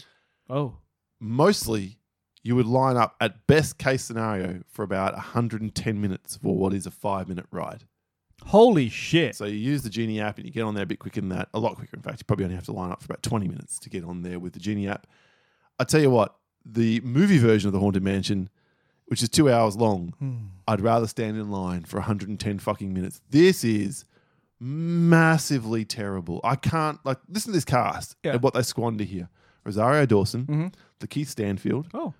S1: Oh.
S2: Mostly, you would line up at best case scenario for about 110 minutes for what is a five minute ride.
S1: Holy shit.
S2: So you use the Genie app and you get on there a bit quicker than that, a lot quicker. In fact, you probably only have to line up for about 20 minutes to get on there with the Genie app. I tell you what, the movie version of The Haunted Mansion, which is two hours long, I'd rather stand in line for 110 fucking minutes. This is massively terrible. I can't, like, listen to this cast
S1: Yeah.
S2: and what they squander here Rosario Dawson, the Keith Stanfield,
S1: oh.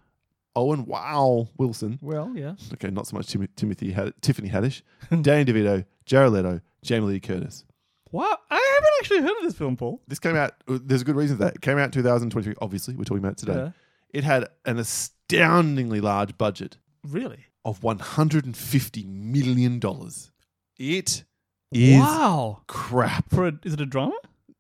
S2: Owen Wow Wilson,
S1: Well, yeah.
S2: okay, not so much Tim- Timothy Had- Tiffany Haddish, Danny DeVito, Jared Leto, Jamie Lee Curtis.
S1: Wow. I haven't actually heard of this film, Paul.
S2: This came out. uh, There's a good reason for that. It came out in 2023. Obviously, we're talking about it today.
S1: Yeah.
S2: It had an astoundingly large budget
S1: Really?
S2: of 150 million dollars. It is
S1: Wow.
S2: crap.
S1: For a, is it a drama?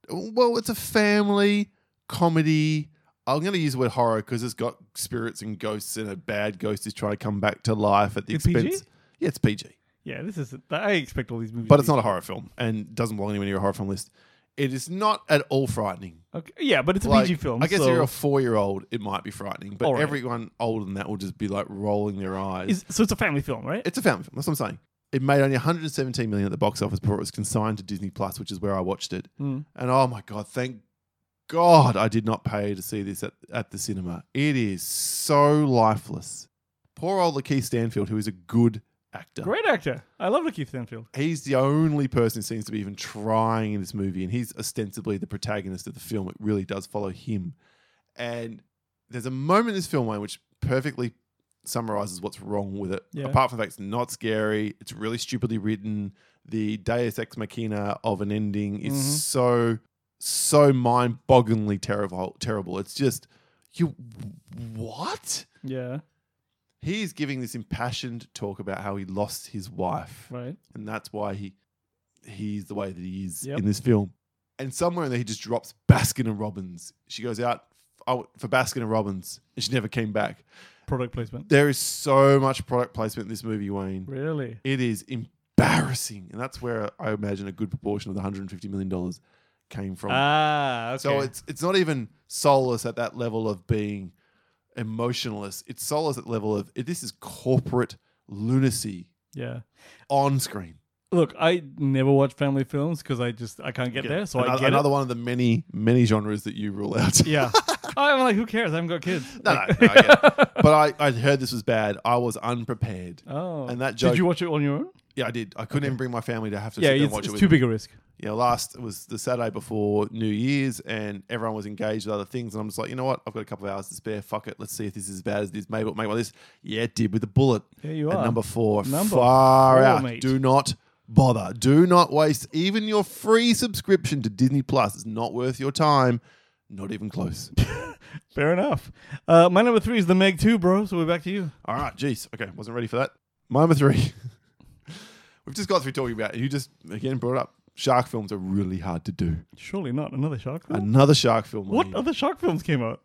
S2: Well, it's a family comedy. I'm going to use the word horror because it's got spirits and ghosts, and a bad ghost is trying to come back to life at the
S1: It's PG?
S2: expense. Yeah, it's PG.
S1: Yeah, this is. I expect all these movies.
S2: but
S1: to
S2: it's
S1: be-
S2: not a horror film and doesn't belong anywhere near a horror film list. It is not at all frightening.
S1: Okay. Yeah, but it's a PG film.
S2: I guess
S1: so
S2: if you're a four-year-old, it might be frightening, but
S1: All right.
S2: everyone older than that will just be like rolling their eyes.
S1: is, so it's a family film, right?
S2: it's a family film. That's what I'm saying. It made only 117 million at the box office before it was consigned to Disney Plus, which is where I watched it.
S1: Hmm.
S2: And oh my god, thank God I did not pay to see this at, at the cinema. It is so lifeless. Poor old Lakeith Stanfield, who is a good actor
S1: Great actor. I love Lakeith Stanfield.
S2: he's the only person who seems to be even trying in this movie, and he's ostensibly the protagonist of the film. It really does follow him. And there's a moment in this film Wayne, which perfectly summarizes what's wrong with it.
S1: Yeah.
S2: Apart from the fact it's not scary, it's really stupidly written. The Deus Ex Machina of an ending is
S1: Mhm.
S2: so so mind-bogglingly terrible. Terrible. It's just you. What?
S1: Yeah.
S2: He is giving this impassioned talk about how he lost his wife
S1: Right.
S2: and that's why he he's the way that he is
S1: Yep.
S2: in this film. And somewhere in there, he just drops Baskin and Robbins. She goes out f- oh, for Baskin and Robbins, and she never came back.
S1: Product placement.
S2: There is so much product placement in this movie, Wayne.
S1: Really.
S2: It is embarrassing, and that's where I imagine a good proportion of the 150 million dollars came from.
S1: Ah. Okay.
S2: So it's it's not even soulless at that level of being emotionless. It's soulless at the level of this is corporate lunacy
S1: yeah.
S2: on screen.
S1: Look, I never watch family films because I just I can't get there. So I
S2: another,
S1: get
S2: another
S1: it.
S2: one of the many many genres that you rule out.
S1: Yeah. Oh, I'm like, who cares? I haven't got kids.
S2: no, no, no, I get it. but I, I heard this was bad. I was unprepared.
S1: Oh.
S2: And that
S1: Did
S2: joke-
S1: you watch it on your own?
S2: Yeah, I did. I couldn't even bring my family to have to
S1: yeah,
S2: sit down
S1: it's,
S2: and watch
S1: it's
S2: it with
S1: too
S2: me.
S1: big a risk.
S2: You know, last it was the Saturday before New Year's, and everyone was engaged with other things. And I'm just like, you know what? I've got a couple of hours to spare. Fuck it. Let's see if this is as bad as it is. Maybe it'll make one of this. Yeah, it did with a bullet.
S1: There you
S2: At
S1: are.
S2: number four,
S1: Number
S2: far
S1: four,
S2: out.
S1: mate.
S2: Do not bother. Do not waste even your free subscription to Disney Plus. It's not worth your time. Not even close.
S1: Fair enough. Uh, my number three is the Meg 2, bro. So we're back to you.
S2: All right, jeez. Okay, wasn't ready for that. My number three. We've just got through talking about it. You just, again, brought up shark films are really hard to do.
S1: Surely not another shark film.
S2: Another shark film.
S1: what
S2: Wayne.
S1: other shark films came out?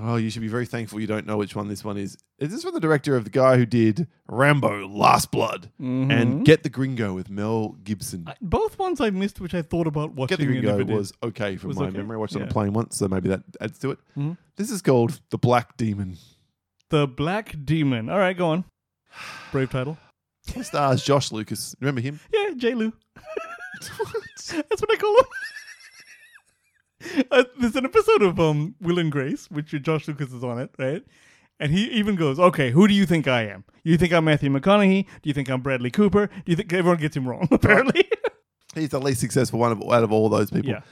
S2: Oh, you should be very thankful you don't know which one this one is. Is this from the director of the guy who did Rambo Last Blood
S1: Mm-hmm.
S2: and Get the Gringo with Mel Gibson?
S1: I- both ones I missed, which I thought about watching.
S2: Get
S1: and
S2: the Gringo
S1: never did.
S2: was okay from
S1: Was
S2: my
S1: okay?
S2: memory. I watched it on a
S1: Yeah. Mm-hmm.
S2: plane once, so maybe that adds to it. This is called The Black Demon.
S1: The Black Demon. All right, go on. Brave title.
S2: It stars Josh Lucas. Remember him?
S1: Yeah, J. Lou. That's what I call him. uh, there's an episode of um, Will and Grace, which Josh Lucas is on it, right? And he even goes, "Okay, who do you think I am? You think I'm Matthew McConaughey? Do you think I'm Bradley Cooper? Do you think everyone gets him wrong? Apparently,
S2: He's the least successful one of, out of all those people.
S1: yeah.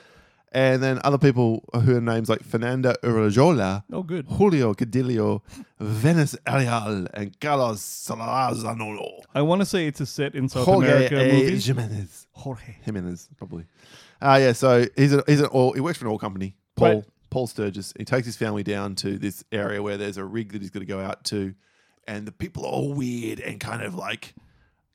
S2: and then other people who are names like Fernanda Urajola,
S1: Oh, good.
S2: Julio Cadillo, Venice Arial, and Carlos Salazanolo.
S1: I want to say it's a set in South
S2: Jorge
S1: America
S2: A.
S1: movie.
S2: Jimenez.
S1: Jorge.
S2: Jimenez, probably. Uh, yeah, so he's a, he's an oil, he works for an oil company, Paul
S1: Right.
S2: Paul Sturgis. He takes his family down to this area where there's a rig that he's going to go out to, and the people are all weird and kind of like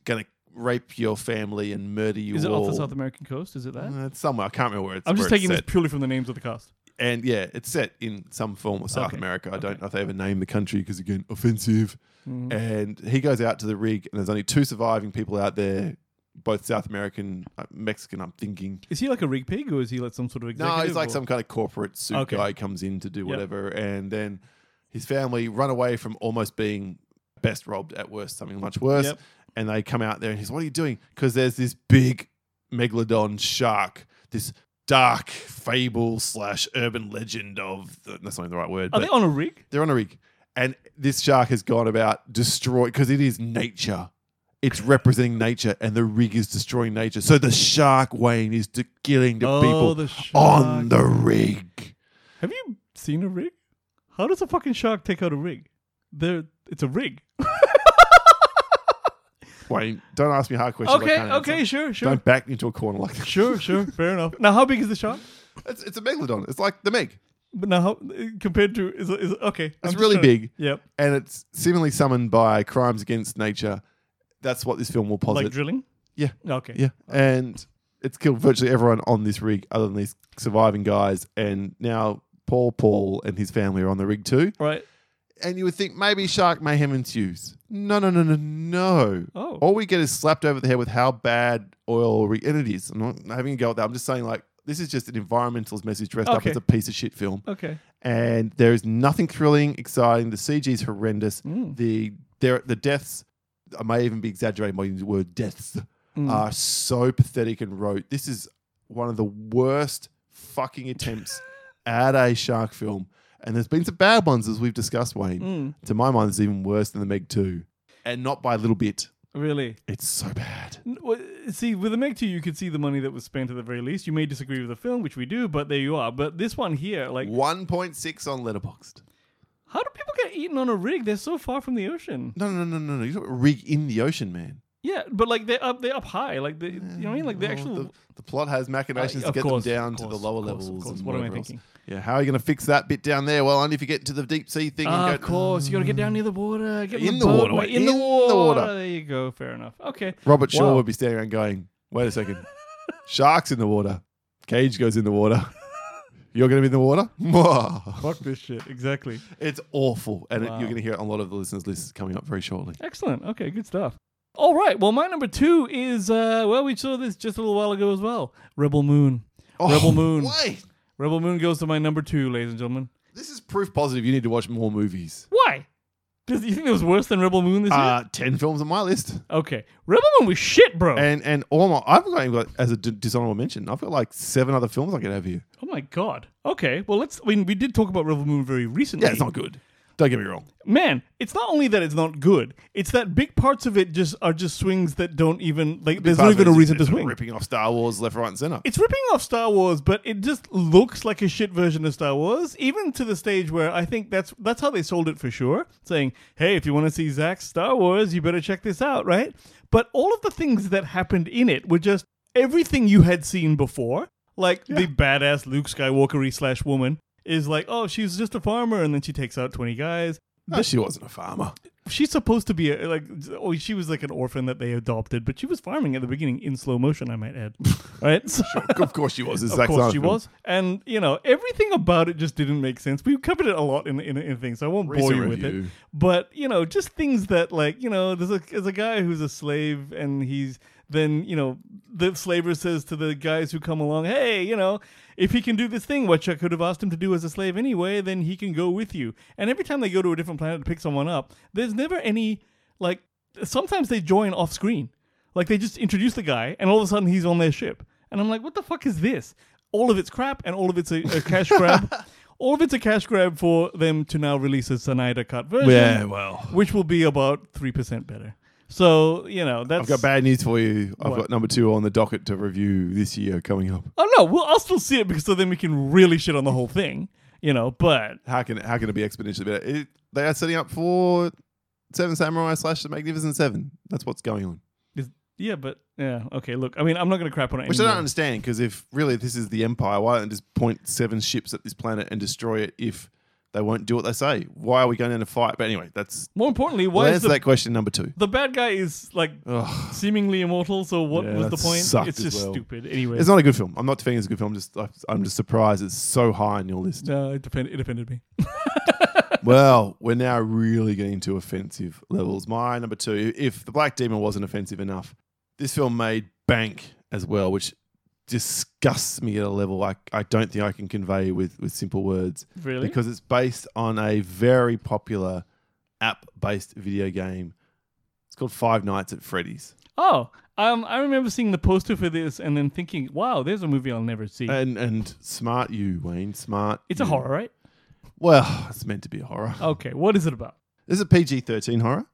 S2: going to rape your family and murder you.
S1: Is it
S2: all.
S1: off the South American coast? Is it that?
S2: Uh, it's somewhere I can't remember where it's.
S1: I'm just
S2: where
S1: taking
S2: it's
S1: this
S2: set.
S1: purely from the names of the cast.
S2: and yeah, it's set in some form of South
S1: Okay. Mm-hmm.
S2: America. I don't know if they ever name the country because again, offensive. And he goes out to the rig, and there's only two surviving people out there, both South American, uh, Mexican. I'm thinking.
S1: Is he like a rig pig, or is he like some sort of
S2: No,
S1: executive?
S2: he's like
S1: or-
S2: some kind of corporate suit
S1: Okay.
S2: guy comes in to do whatever, and then his family run away from almost being best robbed at worst, something much worse.
S1: Yep.
S2: And they come out there and he's, "What are you doing?" Because there's this big megalodon shark, this dark fable slash urban legend of the, that's not even the right word.
S1: Are
S2: but
S1: they on a rig?
S2: they're on a rig, and this shark has gone about destroy because it is nature. It's representing nature, and the rig is destroying nature. So the shark Wayne is de- killing the
S1: Oh,
S2: people
S1: the shark.
S2: on the rig.
S1: Have you seen a rig? How does a fucking shark take out a rig? They're, it's a rig.
S2: Wayne, don't ask me hard questions. I
S1: Okay,
S2: can't
S1: okay,
S2: answer.
S1: sure, sure.
S2: Don't back me into a corner like that.
S1: Sure, sure, fair enough. Now, how big is the shark?
S2: It's, it's a megalodon. It's like the meg.
S1: But now, how, compared to is is okay? I'm
S2: It's
S1: just
S2: really
S1: trying to-
S2: big.
S1: Yep,
S2: And it's similarly summoned by crimes against nature. That's what this film will posit.
S1: like drilling.
S2: yeah.
S1: Okay.
S2: Yeah. And it's killed virtually everyone on this rig other than these surviving guys. And now Paul Paul and his family are on the rig too.
S1: Right.
S2: And you would think maybe shark mayhem ensues. No, no, no, no, no.
S1: Oh.
S2: All we get is slapped over the head with how bad oil rig and it is. I'm not having a go at that. I'm just saying, like, this is just an environmentalist message dressed up
S1: Okay.
S2: as a piece of shit film.
S1: Okay.
S2: And there is nothing thrilling, exciting. The CG is horrendous. The there the deaths, I may even be exaggerating by using the word deaths, are so pathetic and rote. This is one of the worst fucking attempts at a shark film. And there's been some bad ones as we've discussed, Wayne. To my mind, it's even worse than the Meg 2. And not by a little bit.
S1: Really.
S2: It's so bad.
S1: N- w- See, with the Meg 2, you could see the money that was spent at the very least. You may disagree with the film, which we do, but there you are. But this one here, like,
S2: 1.6 on Letterboxd.
S1: how do people get eaten on a rig? They're so far from the ocean.
S2: No, no, no, no, no. You got a rig in the ocean, man.
S1: Yeah, but like they're up, they're up high. Like they, you know what I mean? Like the
S2: Oh,
S1: actual.
S2: the, the plot has machinations
S1: Uh,
S2: to
S1: of
S2: get
S1: course,
S2: them down
S1: of
S2: to
S1: course,
S2: the lower
S1: of course, of
S2: levels.
S1: course.
S2: and
S1: What am I
S2: whatever else.
S1: thinking?
S2: Yeah, how are you going to fix that bit down there? Well, only if you get into the deep sea thing.
S1: Ah,
S2: and
S1: of
S2: go,
S1: course, you gotta get down near the water. Get
S2: In
S1: the,
S2: the
S1: boat,
S2: water,
S1: wait, in, the
S2: in the
S1: water.
S2: water.
S1: There you go. Fair enough. Okay.
S2: Robert Shaw
S1: Wow.
S2: would be standing around going, wait a second. Sharks in the water. Cage goes in the water. You're going to be in the water?
S1: Fuck this shit. Exactly.
S2: it's awful. And it-
S1: Wow.
S2: you're going to hear it on a lot of the listeners' lists coming up very shortly.
S1: Excellent. Okay, good stuff. All right. Well, my number two is uh, well, we saw this just a little while ago as well. Rebel Moon.
S2: Oh,
S1: Rebel Moon.
S2: Wait.
S1: Rebel Moon goes to my number two, ladies and gentlemen.
S2: This is proof positive you need to watch more movies.
S1: Why? Does you think it was worse than Rebel Moon this
S2: Uh, 10 films on my list.
S1: year? Okay, Rebel Moon was shit, bro.
S2: And and all my, I've got, even got as a d- dishonorable mention, I've got like seven other films I could have here.
S1: oh my god. Okay. Well, let's. I mean, we did talk about Rebel Moon very recently.
S2: Yeah, it's not good. Don't get me wrong.
S1: man, it's not only that it's not good, it's that big parts of it just are just swings that don't even like there's not even a
S2: It's-
S1: reason to
S2: it's
S1: swing.
S2: Ripping off Star Wars left, right, and center.
S1: it's ripping off Star Wars, but it just looks like a shit version of Star Wars, even to the stage where I think that's that's how they sold it for sure, saying, "Hey, if you want to see Zack's Star Wars, you better check this out," right? But all of the things that happened in it were just everything you had seen before, like the badass Luke Skywalkery slash woman is like, "Oh, she's just a farmer," and then she takes out twenty guys
S2: No, she wasn't a farmer.
S1: she's supposed to be a, like oh she was like an orphan that they adopted but she was farming at the beginning in slow motion i might add right so,
S2: of course she was. It's
S1: of
S2: Zack
S1: course
S2: Snyder
S1: she
S2: film.
S1: was and you know everything about it just didn't make sense we covered it a lot in in, in things so i won't
S2: Recent
S1: bore you with
S2: review.
S1: it but you know just things that like you know there's a there's a guy who's a slave and he's then you know the slaver says to the guys who come along hey you know if he can do this thing which i could have asked him to do as a slave anyway then he can go with you and every time they go to a different planet to pick someone up there's never any like sometimes they join off screen like they just introduce the guy and all of a sudden he's on their ship and i'm like what the fuck is this all of it's crap and all of it's a, a cash grab all of it's a cash grab for them to now release a Snyder cut version
S2: Yeah, well.
S1: which will be about three percent better. So you know that's
S2: I've got bad news for you. I've
S1: What?
S2: got number two on the docket to review this year coming up.
S1: Oh no, well I'll still see it because so then we can really shit on the whole thing, you know. But
S2: How can how can it be exponentially better? It, they are setting up for Seven Samurai slash The Magnificent Seven. That's what's going on.
S1: is, Yeah, but yeah, okay. Look, I mean, I'm not going to crap on it.
S2: Which I
S1: anymore.
S2: don't understand because if really this is the empire, why don't they just point seven ships at this planet and destroy it if they won't do what they say? Why are we going in a fight? But anyway, that's
S1: More importantly,
S2: we'll
S1: why is
S2: answer
S1: the,
S2: that question number two.
S1: the bad guy is like seemingly immortal? So what
S2: Yeah,
S1: was the
S2: that
S1: point?
S2: sucked
S1: It's
S2: as
S1: just
S2: well.
S1: stupid. Anyway,
S2: It's not a good film. I'm not defending it's a good film. I'm just I- I'm just surprised it's so high on your list.
S1: no, uh, it, defend, it offended me.
S2: well, we're now really getting to offensive levels. My number two, if the Black Demon wasn't offensive enough, this film made bank as well, which disgusts me at a level I, I don't think I can convey with, with simple words.
S1: Really?
S2: Because it's based on a very popular app based video game. It's called Five Nights at Freddy's.
S1: Oh, um, I remember seeing the poster for this and then thinking, wow, there's a movie I'll never see.
S2: And and smart you, Wayne. Smart.
S1: it's a
S2: you.
S1: horror, right?
S2: Well, it's meant to be a horror.
S1: Okay, what is it about?
S2: This is a PG 13 horror.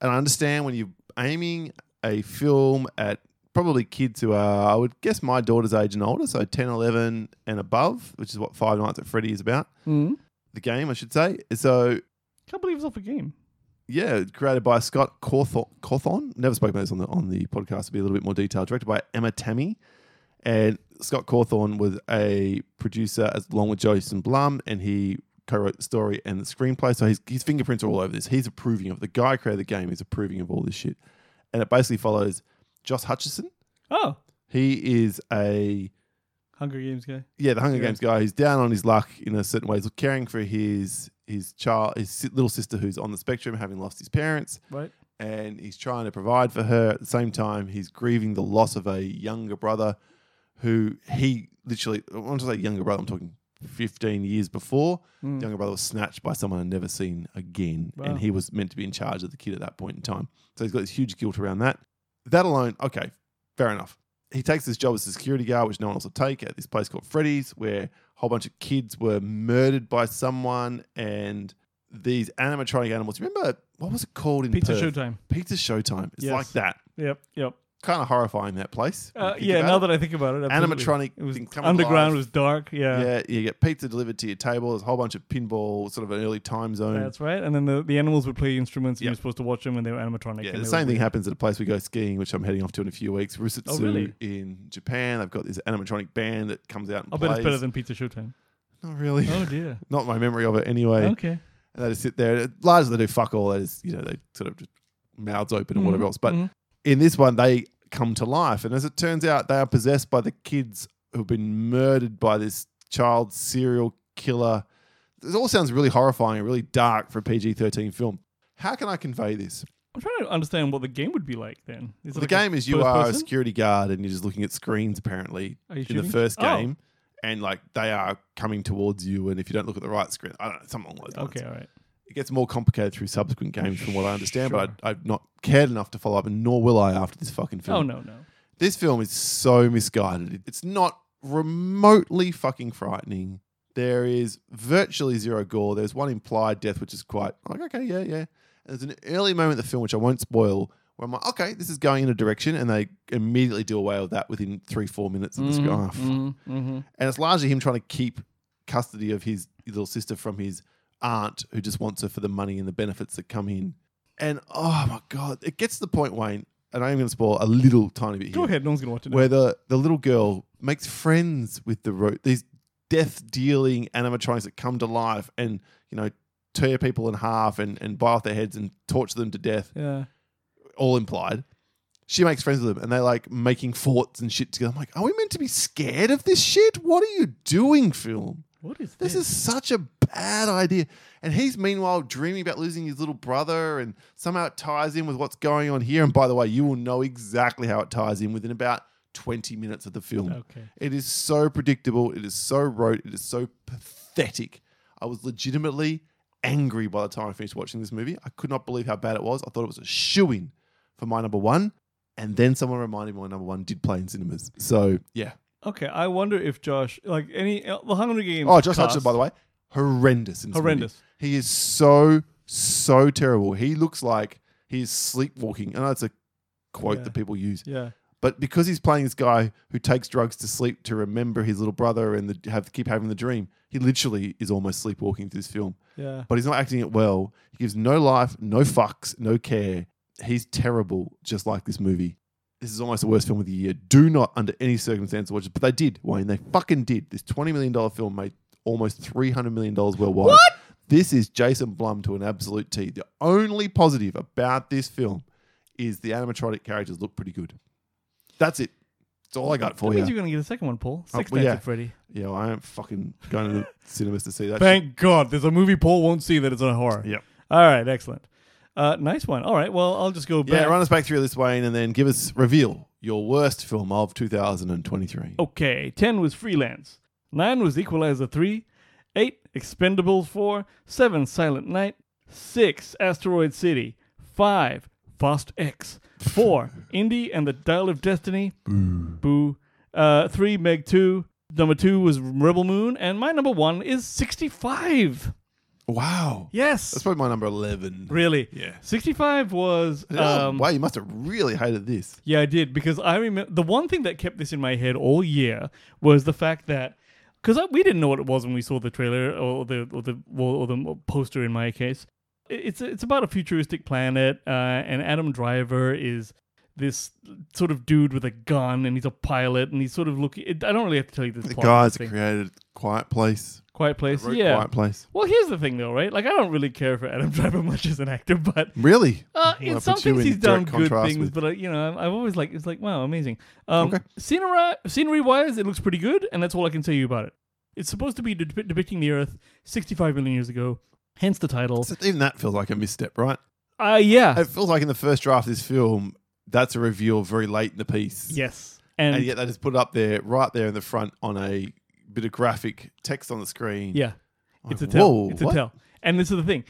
S2: And I understand when you're aiming a film at probably kids who are, I would guess, my daughter's age and older, so 10, 11 and above, which is what Five Nights at Freddy is about,
S1: Mm-hmm.
S2: the game, I should say. So,
S1: Can't believe it's off a game.
S2: yeah, created by Scott Cawthon. Cawthon? Never spoke about this on the, on the podcast to be a little bit more detailed. Directed by Emma Tammy. And Scott Cawthon was a producer as, along with Jason Blum, and he co-wrote the story and the screenplay. So his, his fingerprints are all over this. He's approving of the guy who created the game. Is approving of all this shit, and it basically follows Joss Hutcherson.
S1: Oh,
S2: He is a
S1: Hunger Games guy.
S2: yeah, the Hunger
S1: Yeah.
S2: Games guy who's down on his luck in a certain way. He's caring for his his child, his si- little sister who's on the spectrum, having lost his parents
S1: Right.
S2: and he's trying to provide for her. At the same time, he's grieving the loss of a younger brother who he literally, I want to say younger brother, I'm talking 15 years before.
S1: Mm.
S2: The younger brother was snatched by someone I'd never seen again.
S1: Wow.
S2: And he was meant to be in charge of the kid at that point in time. So he's got this huge guilt around that. That alone, okay, fair enough. He takes this job as a security guard, which no one else will take, at this place called Freddy's, where a whole bunch of kids were murdered by someone and these animatronic animals. Remember, what was it called in
S1: Pizza
S2: Perth?
S1: Showtime.
S2: Pizza Showtime. It's
S1: Yes.
S2: like that.
S1: Yep, yep.
S2: Kind of horrifying that place. when
S1: Uh,
S2: you think
S1: yeah,
S2: about
S1: now
S2: it.
S1: that I think about it, absolutely.
S2: Animatronic
S1: It was
S2: thing come
S1: underground
S2: alive.
S1: was dark. Yeah,
S2: yeah, you get pizza delivered to your table. There's a whole bunch of pinball, sort of an early time zone.
S1: that's right. And then the, the animals would play instruments, and
S2: Yep.
S1: you were supposed to watch them, and they were animatronic.
S2: yeah,
S1: and
S2: the
S1: they
S2: same
S1: were
S2: thing
S1: weird.
S2: happens at a place we go skiing, which I'm heading off to in a few weeks. Rusutsu
S1: Oh, really?
S2: in Japan. They've got this animatronic band that comes out and
S1: I'll
S2: plays.
S1: bet it's better than Pizza Showtime.
S2: Not really.
S1: Oh dear.
S2: Not my memory of it anyway.
S1: okay.
S2: And they just sit there. Largely, they do fuck all. They just, you know, they sort of just mouths open and whatever else. But
S1: mhm.
S2: in this one, they come to life. And as it turns out, they are possessed by the kids who've been murdered by this child serial killer. This all sounds really horrifying and really dark for a PG 13 film. How can I convey this?
S1: I'm trying to understand what the game would be like then. Is it
S2: The
S1: like a
S2: game is you
S1: first
S2: are a
S1: person?
S2: security guard and you're just looking at screens, apparently,
S1: Are you
S2: in the
S1: shooting?
S2: first
S1: Oh.
S2: game. And like they are coming towards you. And if you don't look at the right screen, I don't know, something along those lines.
S1: Okay, all right.
S2: it gets more complicated through subsequent games, from what I understand. But I, I've not cared enough to follow up, and nor will I after this fucking film.
S1: Oh no, no.
S2: This film is so misguided. It- It's not remotely fucking frightening. There is virtually zero gore. There's one implied death, which is quite like okay, yeah, yeah. And there's an early moment in the film which I won't spoil. Where I'm like, okay, this is going in a direction, and they immediately do away with that within three, four minutes of the screen. Oh, fuck
S1: Mm-hmm.
S2: and it's largely him trying to keep custody of his little sister from his aunt who just wants her for the money and the benefits that come in. And oh my god, it gets to the point, Wayne, and I'm going to spoil a little tiny bit here,
S1: Go ahead. No one's gonna watch it. now.
S2: where the the little girl makes friends with the ro- these death dealing animatronics that come to life and you know tear people in half and and bite off their heads and torture them to death,
S1: Yeah.
S2: all implied. She makes friends with them and they like making forts and shit together. I'm like, are we meant to be scared of this shit? What are you doing, film?
S1: What is this?
S2: This is such a bad idea. And he's meanwhile dreaming about losing his little brother, and somehow it ties in with what's going on here. And by the way, you will know exactly how it ties in within about 20 minutes of the film.
S1: Okay.
S2: It is so predictable, it is so rote, it is so pathetic. I was legitimately angry by the time I finished watching this movie. I could not believe how bad it was. I thought it was a shoo in for my number one. And then someone reminded me my number one did play in cinemas. So, yeah.
S1: Okay, I wonder if Josh, like any uh, the Hunger Games.
S2: Oh, Josh
S1: cast-
S2: Hutcherson, by the way, horrendous. In this
S1: Horrendous.
S2: movie. He is so so terrible. He looks like he is sleepwalking. I know it's a quote
S1: Yeah.
S2: that people use,
S1: Yeah.
S2: but because he's playing this guy who takes drugs to sleep to remember his little brother and the, have keep having the dream, he literally is almost sleepwalking through this film.
S1: Yeah.
S2: But he's not acting it well. He gives no life, no fucks, no care. He's terrible, just like this movie. this is almost the worst film of the year. Do not, under any circumstance, watch it. But they did, Wayne. They fucking did. This $20 million film made almost $300 million worldwide. What? This is Jason Blum to an absolute T. The only positive about this film is the animatronic characters look pretty good. That's it. That's all I got for
S1: That means
S2: you.
S1: you're going to get a second one, Paul.
S2: Oh,
S1: Six
S2: well,
S1: Days
S2: yeah.
S1: at Freddy.
S2: Yeah, well, I am fucking going to the cinemas to see that. shit.
S1: Thank God. There's a movie Paul won't see that it's a horror.
S2: Yep.
S1: All right, excellent. Uh, nice one. All right, well, I'll just go back.
S2: Yeah, run us back through this, Wayne, and then give us reveal your worst film of 2023.
S1: Okay, 10 was Freelance, 9 was Equalizer 3, 8 Expendables 4, 7 Silent Night, 6 Asteroid City, 5 Fast X, 4 Indie and the Dial of Destiny, boo, uh, 3 Meg 2, number 2 was Rebel Moon, and my number 1 is 65.
S2: Wow.
S1: Yes!
S2: That's probably my number 11.
S1: really?
S2: Yeah.
S1: 65 was.
S2: Oh,
S1: Um,
S2: wow, you must have really hated this.
S1: Yeah, I did because I remember the one thing that kept this in my head all year was the fact that because we didn't know what it was when we saw the trailer or the or the or the poster in my case. I- It's it's about a futuristic planet, uh, and Adam Driver is this sort of dude with a gun, and he's a pilot, and he's sort of looking. I don't really have to tell you this.
S2: The
S1: plot of
S2: guys
S1: this thing.
S2: created Quiet Place.
S1: Quiet Place,
S2: Wrote
S1: yeah.
S2: Quiet Place.
S1: Well, here's the thing, though, right? Like, I don't really care for Adam Driver much as an actor, but
S2: Really?
S1: uh,
S2: Well,
S1: in
S2: that
S1: some
S2: puts you
S1: things
S2: in
S1: he's done
S2: direct
S1: good
S2: contrast
S1: things,
S2: with-
S1: but uh, you know, I'm- I've always like it's like wow, amazing. Um,
S2: Okay.
S1: Scenery, scenery wise, it looks pretty good, and that's all I can tell you about it. It's supposed to be de- depicting the Earth 65 million years ago, hence the title.
S2: So even that feels like a misstep, right?
S1: Uh yeah,
S2: It feels like in the first draft of this film, that's a reveal very late in the piece.
S1: yes, and,
S2: And yet they just put it up there, right there in the front on a bit of graphic text on the screen.
S1: yeah,
S2: Like,
S1: it's a tell.
S2: whoa,
S1: it's a
S2: what?
S1: tell. And this is the thing.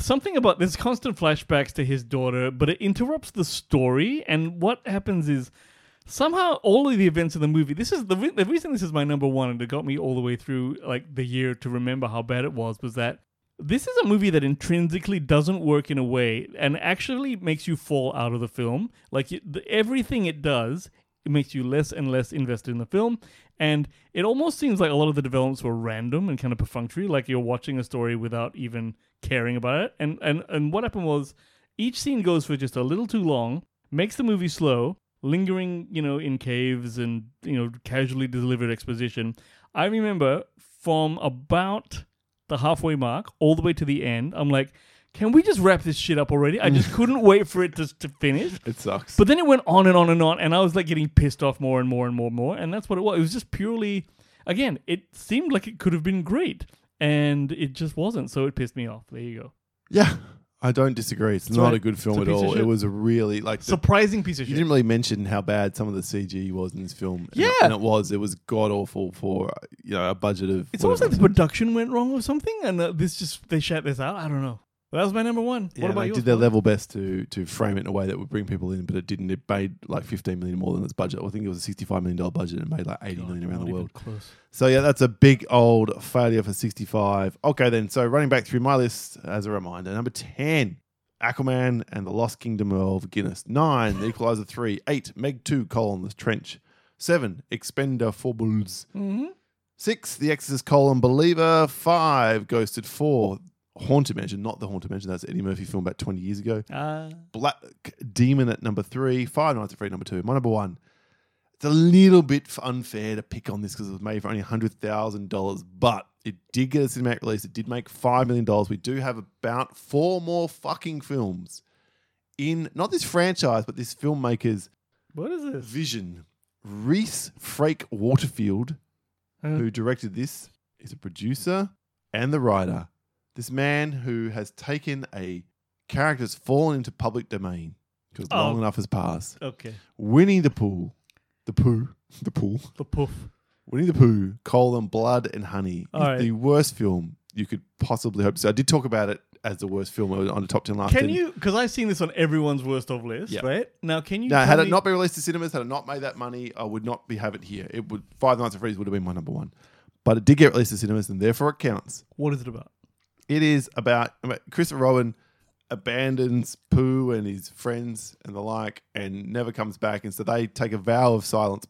S1: Something about there's constant flashbacks to his daughter, but it interrupts the story. And what happens is somehow all of the events of the movie. This is the re- the reason this is my number one, and it got me all the way through like the year to remember how bad it was. Was that this is a movie that intrinsically doesn't work in a way, and actually makes you fall out of the film. Like you, the, everything it does. It makes you less and less invested in the film, and it almost seems like a lot of the developments were random and kind of perfunctory. Like you're watching a story without even caring about it. And and and what happened was, each scene goes for just a little too long, makes the movie slow, lingering, you know, in caves and, you know, casually delivered exposition. I remember from about the halfway mark all the way to the end, I'm like, can we just wrap this shit up already? I just couldn't wait for it to, to finish.
S2: It sucks.
S1: But then it went on and on and on, and I was like getting pissed off more and more and more and more. And that's what it was. It was just purely, again, it seemed like it could have been great, and it just wasn't. So it pissed me off. There you go.
S2: yeah, I don't disagree. It's not
S1: right.
S2: a good film
S1: It's a
S2: at
S1: piece of
S2: all. It
S1: shit.
S2: was a really like the
S1: Surprising piece of
S2: You
S1: shit.
S2: didn't really mention how bad some of the CG was in this film. And it-
S1: Yeah.
S2: and it was. It was god awful for uh, you know a budget of.
S1: It's almost like
S2: whatever.
S1: the production went wrong or something, and uh, this just they shat this out. I don't know. That was my number one.
S2: Yeah,
S1: what about
S2: they
S1: you?
S2: did their level best to to frame it in a way that would bring people in, but it didn't. It made like fifteen million more than its budget. I think it was a sixty-five million dollar budget and made like eighty million around the world.
S1: Close.
S2: So yeah, that's a big old failure for sixty-five. Okay, then. So running back through my list as a reminder, number ten. Aquaman and the Lost Kingdom of Guinness. Nine, The Equalizer 3. Eight, Meg 2, Colon, The Trench. Seven, Expender Forbles.
S1: Mm-hmm.
S2: Six, The Exorcist colon Believer. Five, Ghosted. Four, Haunted Mansion. Not the Haunted Mansion. That's an Eddie Murphy film about 20 years ago.
S1: Uh,
S2: Black Demon at number three. Five Nights at Freddy's number two. My number one. It's a little bit f- unfair to pick on this because it was made for only $100,000, but it did get a cinematic release. It did make $5 million. We do have about four more fucking films in, not this franchise, but this filmmaker's
S1: what is this?
S2: vision. Reese Frake Waterfield,
S1: Uh.
S2: who directed this, is a producer and the writer. This man who has taken a character that's fallen into public domain because
S1: Oh.
S2: long enough has passed.
S1: Okay,
S2: Winnie the Pooh, the Pooh, the Pooh,
S1: the poof.
S2: Winnie the Pooh, colon, Blood and Honey is
S1: All right.
S2: the worst film you could possibly hope to see. I did talk about it as the worst film on the top 10 last
S1: Can
S2: didn't-
S1: you? Because I've seen this on everyone's worst of list,
S2: Yeah.
S1: right? Now, can you?
S2: No,
S1: tell
S2: had it
S1: me-
S2: not been released to cinemas, had it not made that money, I would not be have it here. It would Five Nights at Freddy's would have been my number one, but it did get released to cinemas, and therefore it counts.
S1: What is it about?
S2: It is about I mean, Christopher Robin abandons Pooh and his friends and the like, and never comes back, and so they take a vow of silence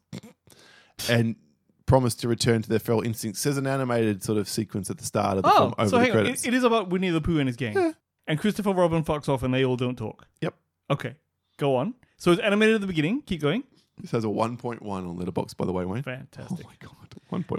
S2: and promise to return to their feral instincts. There's an animated sort of sequence at the start of the film
S1: Oh,
S2: over
S1: so
S2: the
S1: hang on.
S2: credits.
S1: It, it is about Winnie the Pooh and his gang, and Christopher Robin fucks off, and they all don't talk.
S2: Yep.
S1: Okay, go on. So it's animated at the beginning. Keep going.
S2: This has a 1.1 on Letterbox, by the way, Wayne. Oh
S1: Fantastic.
S2: my god, 1.1.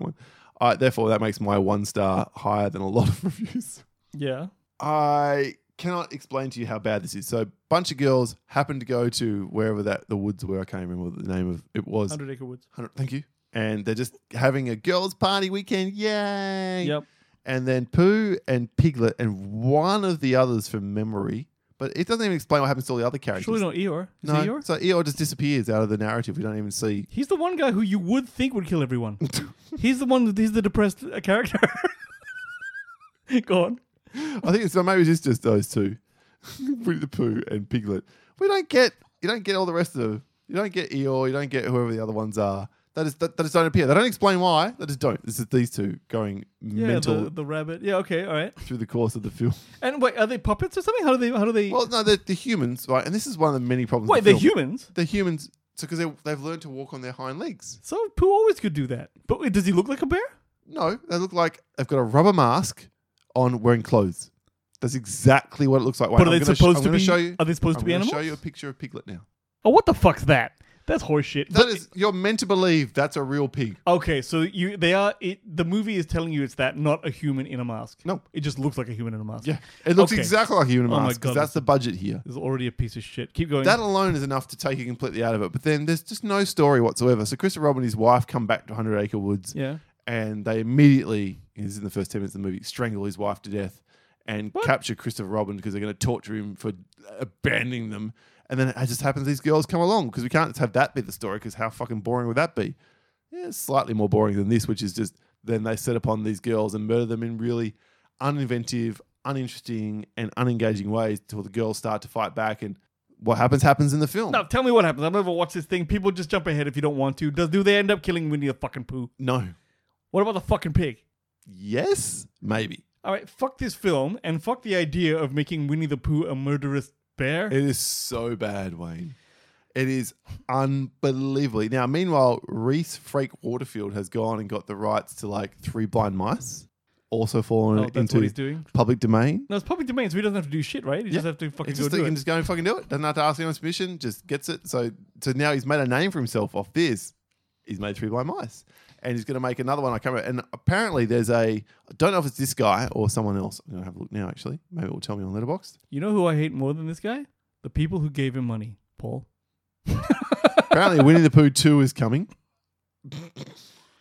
S2: All right, Uh, therefore, that makes my one star higher than a lot of reviews.
S1: Yeah.
S2: I cannot explain to you how bad this is. So, bunch of girls happened to go to wherever that the woods were. I can't remember what the name of it was.
S1: 100 Acre Woods.
S2: 100 thank you. And they're just having a girls' party weekend. Yay!
S1: Yep.
S2: and then Pooh and Piglet and one of the others from memory. But it doesn't even explain what happens to all the other characters.
S1: Surely not Eeyore. Is
S2: no,
S1: it Eeyore?
S2: so Eeyore just disappears out of the narrative. We don't even see.
S1: He's the one guy who you would think would kill everyone. he's the one. He's the depressed uh, character. Go on.
S2: I think so. Maybe it's just, just those two, Winnie the Pooh and Piglet. We don't get you don't get all the rest of them. You don't get Eeyore. You don't get whoever the other ones are. That is that, that just don't appear. They don't explain why. They just don't. This is these two going
S1: Yeah,
S2: mental
S1: The, the rabbit. Yeah. Okay. All right.
S2: through the course of the film.
S1: And wait, are they puppets or something? How do they? How do they?
S2: Well, no, they're, they're humans, right? And this is one of the many problems.
S1: wait,
S2: of the
S1: they're
S2: film.
S1: humans.
S2: They're humans. So because they, they've learned to walk on their hind legs.
S1: So Pooh always could do that. But wait, does he look like a bear?
S2: No, they look like they've got a rubber mask on wearing clothes. That's exactly what it looks like. Wait,
S1: But are
S2: I'm
S1: they
S2: gonna sh-
S1: supposed
S2: I'm
S1: to
S2: gonna
S1: be-
S2: Show you,
S1: are they supposed
S2: I'm
S1: to be
S2: gonna
S1: animals?
S2: show you a picture of Piglet now.
S1: Oh, what the fuck's that? That's horseshit.
S2: That is, you're meant to believe that's a real pig.
S1: Okay, so you they are it, the movie is telling you it's that not a human in a mask.
S2: No.
S1: it just looks like a human in a mask.
S2: Yeah, it looks
S1: Okay.
S2: exactly like a human
S1: Oh my
S2: mask because
S1: God.
S2: that's the budget here.
S1: There's already a piece of shit. Keep going.
S2: That alone is enough to take you completely out of it. But then there's just no story whatsoever. So Christopher Robin and his wife come back to 100 Acre Woods,
S1: yeah.
S2: and they immediately, this is in the first 10 minutes of the movie, strangle his wife to death and capture Christopher Robin because they're going to torture him for abandoning them. And then it just happens these girls come along because we can't just have that be the story because how fucking boring would that be? Yeah, it's slightly more boring than this, which is just then they set upon these girls and murder them in really uninventive, uninteresting, and unengaging ways till the girls start to fight back. And what happens happens in the film.
S1: Now tell me what happens. I've never watched this thing. People just jump ahead if you don't want to. Does do they end up killing Winnie the fucking poo?
S2: no.
S1: What about the fucking pig?
S2: Yes, maybe.
S1: All right, fuck this film and fuck the idea of making Winnie the Pooh a murderous bear.
S2: It is so bad, Wayne. It is unbelievably. Now, meanwhile, Reese Frake Waterfield has gone and got the rights to like Three Blind Mice, also fallen
S1: Oh, that's
S2: into
S1: what he's doing.
S2: public domain.
S1: No, it's public domain, so he doesn't have to do shit, right? He just have to fucking
S2: It's
S1: go
S2: just,
S1: do
S2: he can
S1: it.
S2: just go and fucking do it. Doesn't have to ask anyone's permission. Just gets it. So, so now he's made a name for himself off this. He's made Three Blind Mice, and he's going to make another one. I can't remember. And apparently, there's a. I don't know if it's this guy or someone else. I'm going to have a look now. Actually, maybe it will tell me on Letterboxd.
S1: You know who I hate more than this guy? The people who gave him money, Paul.
S2: Apparently, Winnie the Pooh 2 is coming.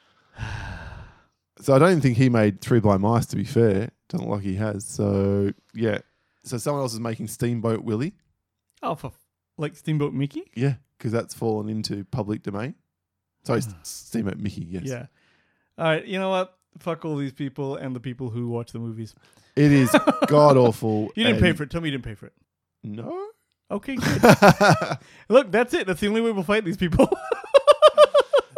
S2: So I don't even think he made Three Blind Mice, to be fair. Doesn't look like he has. So, yeah. So someone else is making Steamboat Willie.
S1: Oh, for f- like Steamboat Mickey.
S2: Yeah. Because that's fallen into public domain. Sorry, S- Steamboat Mickey, yes.
S1: Ah. Yeah. All right. You know what? Fuck all these people and the people who watch the movies.
S2: It is god awful.
S1: You didn't pay for it. Tell me you didn't pay for it.
S2: No.
S1: Okay. Good. Look, that's it. That's the only way we'll fight these people.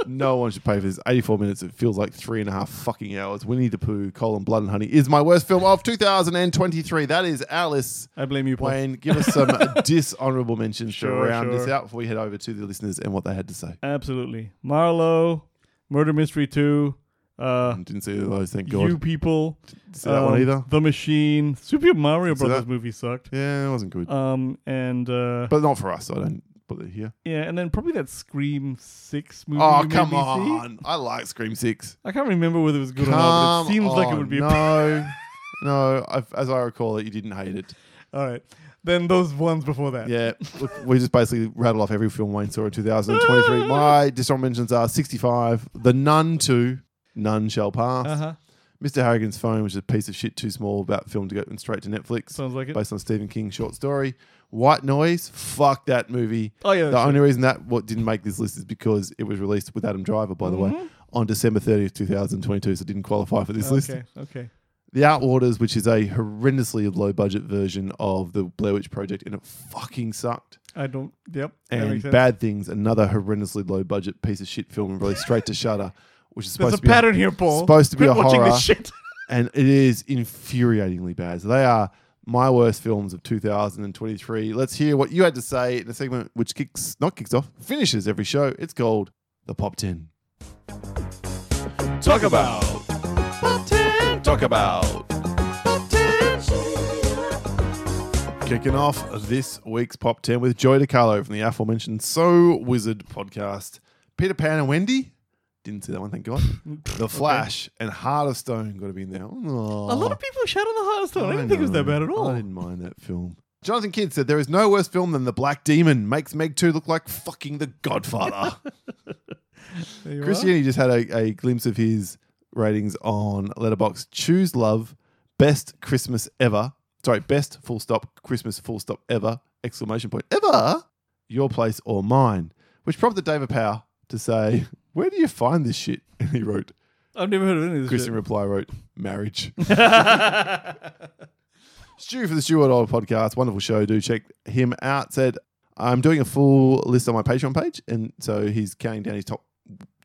S2: no one should pay for this. 84 minutes. It feels like three and a half fucking hours. Winnie the Pooh, Colin Blood and Honey is my worst film of 2023. That is Alice.
S1: I blame you, Paul.
S2: Wayne, give us some dishonorable mentions
S1: Sure,
S2: to round
S1: sure.
S2: this out before we head over to the listeners and what they had to say.
S1: Absolutely. Marlowe, Murder Mystery 2, uh,
S2: Didn't see either of those, thank God.
S1: You People.
S2: see that one
S1: um,
S2: either.
S1: The Machine. Super Mario
S2: See that?
S1: Brothers movie sucked.
S2: Yeah, it wasn't good.
S1: Um, and uh,
S2: but not for us, so I don't put it here.
S1: yeah, and then probably that Scream 6 movie.
S2: Oh,
S1: you made
S2: come
S1: me see.
S2: on. I like Scream 6.
S1: I can't remember whether it was good
S2: Come
S1: or not, but it seems like it
S2: on.
S1: would be a
S2: No, no. i as I recall it, you didn't hate it.
S1: All right. Then those ones before that.
S2: Yeah, look, we just basically rattle off every film Wayne saw in 2023. My dishonorable mentions are 65, The Nun 2, None Shall Pass,
S1: Uh-huh.
S2: Mr. Harrigan's Phone, which is a piece of shit too small about film to go and straight to Netflix.
S1: Sounds like it.
S2: Based on Stephen King's short story. White Noise, fuck that movie.
S1: Oh, yeah,
S2: The
S1: that's
S2: only reason that what didn't make this list is because it was released with Adam Driver, by the way, on December 30th, 2022, so it didn't qualify for this list.
S1: Mm-hmm. Okay, okay.
S2: The Outwaters, which is a horrendously low budget version of the Blair Witch Project, and it fucking sucked.
S1: I don't. Yep. that
S2: And
S1: makes sense.
S2: Bad Things, another horrendously low budget piece of shit film released straight to Shutter, which is supposed
S1: There's a
S2: to be a-
S1: pattern here, Paul.
S2: Supposed to be
S1: Quit
S2: a
S1: watching
S2: horror
S1: this shit.
S2: and it is infuriatingly bad. So they are my worst films of 2023. Let's hear what you had to say in a segment which kicks not kicks off, finishes every show. It's called the Pop 10. Talk about Pop 10. Talk about Pop 10. Kicking off this week's Pop 10 with Joey DiCarlo from the aforementioned So Wizard podcast. Peter Pan and Wendy. Didn't see that one, thank God. The Flash and Heart of Stone got to be in there.
S1: A lot of people shout on the hardest one. I didn't think it was that
S2: Oh. know.
S1: bad at all.
S2: I didn't mind that film. Jonathan Kidd said, There is no worse film than The Black Demon. Makes Meg 2 look like fucking The Godfather.
S1: There you are.
S2: Christiani just had a, a glimpse of his ratings on Letterbox. Choose Love, Best Christmas Ever. Sorry, Best Full Stop Christmas Full Stop Ever! Exclamation point Ever. Your place or mine, which prompted David Power to say, "Where do you find this shit?" And he wrote.
S1: I've never heard of any of this.
S2: Chris in
S1: shit.
S2: reply wrote, "Marriage." Stu for the Stuart Oil podcast, wonderful show. Do check him out. Said I'm doing a full list on my Patreon page, and so he's counting down his top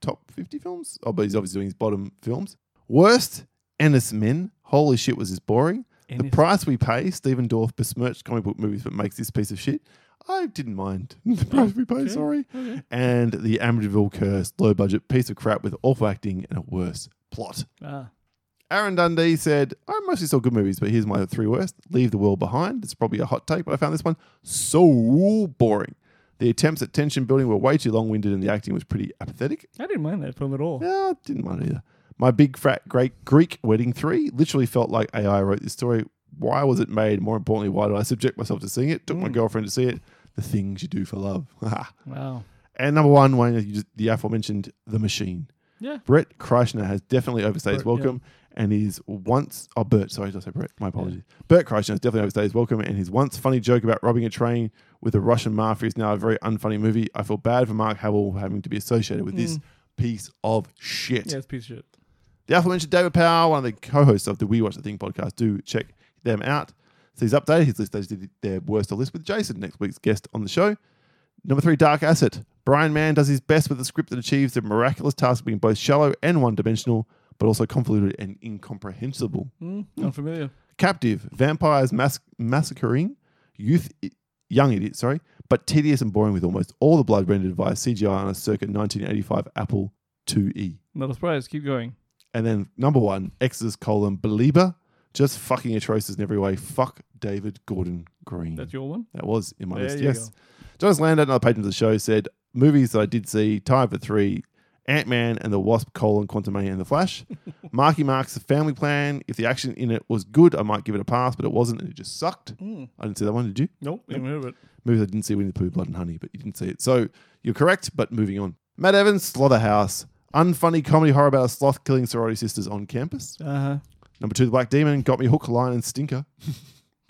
S2: top 50 films. Oh, but he's obviously doing his bottom films. Worst Ennis Men. Holy shit, was this boring? The
S1: Ennis-
S2: price we pay, Stephen Dorff besmirched comic book movies, but makes this piece of shit. I didn't mind the price we pay. Sorry, and the Amityville Curse, low budget piece of crap with awful acting and a worse plot.
S1: Ah.
S2: Aaron Dundee said, I mostly saw good movies, but here's my three worst. Leave the World Behind. It's probably a hot take, but I found this one so boring. The attempts at tension building were way too long winded, and the acting was pretty apathetic.
S1: I didn't mind that film at all.
S2: Yeah, I didn't mind either. My big fat great Greek wedding three literally felt like AI wrote this story. Why was it made? More importantly, why did I subject myself to seeing it? Took my girlfriend to see it. The things you do for love.
S1: Wow.
S2: and number one, Wayne, you just, the aforementioned The Machine.
S1: Yeah.
S2: Brett Kreischer has definitely overstayed his
S1: Brett, yeah.
S2: welcome and he's once oh Bert, sorry, did I say Brett? My apologies. Bert Kreischer has definitely overstayed his welcome and his once funny joke about robbing a train with a Russian mafia is now a very unfunny movie. I feel bad for Mark Hamill having to be associated with this piece of shit.
S1: Mm. Yeah, it's a piece of shit.
S2: The aforementioned David Power, one of the co-hosts of the We Watch the Thing podcast, do check them out. So he's updated his list. They just did their worst of list with Jason, next week's guest on the show. Number three, Dark Asset. Brian Mann does his best with a script that achieves the miraculous task of being both shallow and one-dimensional, but also convoluted and incomprehensible.
S1: Not familiar.
S2: Captive, vampires mas- massacring youth, i- young idiots, sorry, but tedious and boring with almost all the blood rendered via CGI on a circa 1985 Apple E. IIe.
S1: Not a surprise. Keep going.
S2: And then number one, Exodus colon Belieber, just fucking atrocious in every way. Fuck David Gordon Green.
S1: That's your one.
S2: that was in my
S1: There
S2: list.
S1: you
S2: Yes. Jonas Landau, another patron of the show, said movies that I did see: Time for Three, Ant Man and the Wasp, colon Quantumania and the Flash. Marky Mark's The Family Plan. If the action in it was good, I might give it a pass, but it wasn't, and it just sucked.
S1: Hmm.
S2: I didn't see that one. Did you?
S1: Nope. Didn't hear of it.
S2: Movies I didn't see Winnie the Pooh, Blood and Honey, but you didn't see it. So you're correct, but moving on. Matt Evans, Slaughterhouse. Unfunny comedy horror about a sloth killing sorority sisters on campus.
S1: Uh huh.
S2: Number two, The Black Demon, Got Me Hook, Line, and Stinker.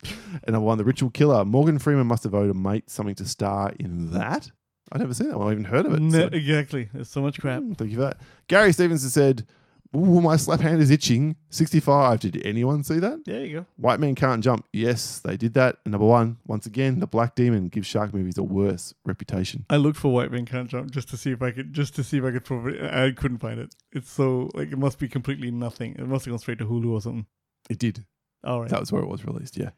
S2: and number one, The Ritual Killer. Morgan Freeman must have owed a mate something to star in that. I'd never seen that one. I haven't heard of it.
S1: No,
S2: so- Hmm,
S1: exactly. There's so much crap.
S2: Thank you for that. Gary Stevenson said, Ooh, my slap hand is itching. 65. Did anyone see that?
S1: There you go.
S2: White Men Can't Jump. Yes, they did that. And number one, once again, The Black Demon gives shark movies a worse reputation.
S1: I looked for White Man Can't Jump just to see if I could just to see if I could prove it. I couldn't find it. It's so like it must be completely nothing. It must have gone straight to Hulu or something.
S2: It did.
S1: All right.
S2: That was where it was released, yeah.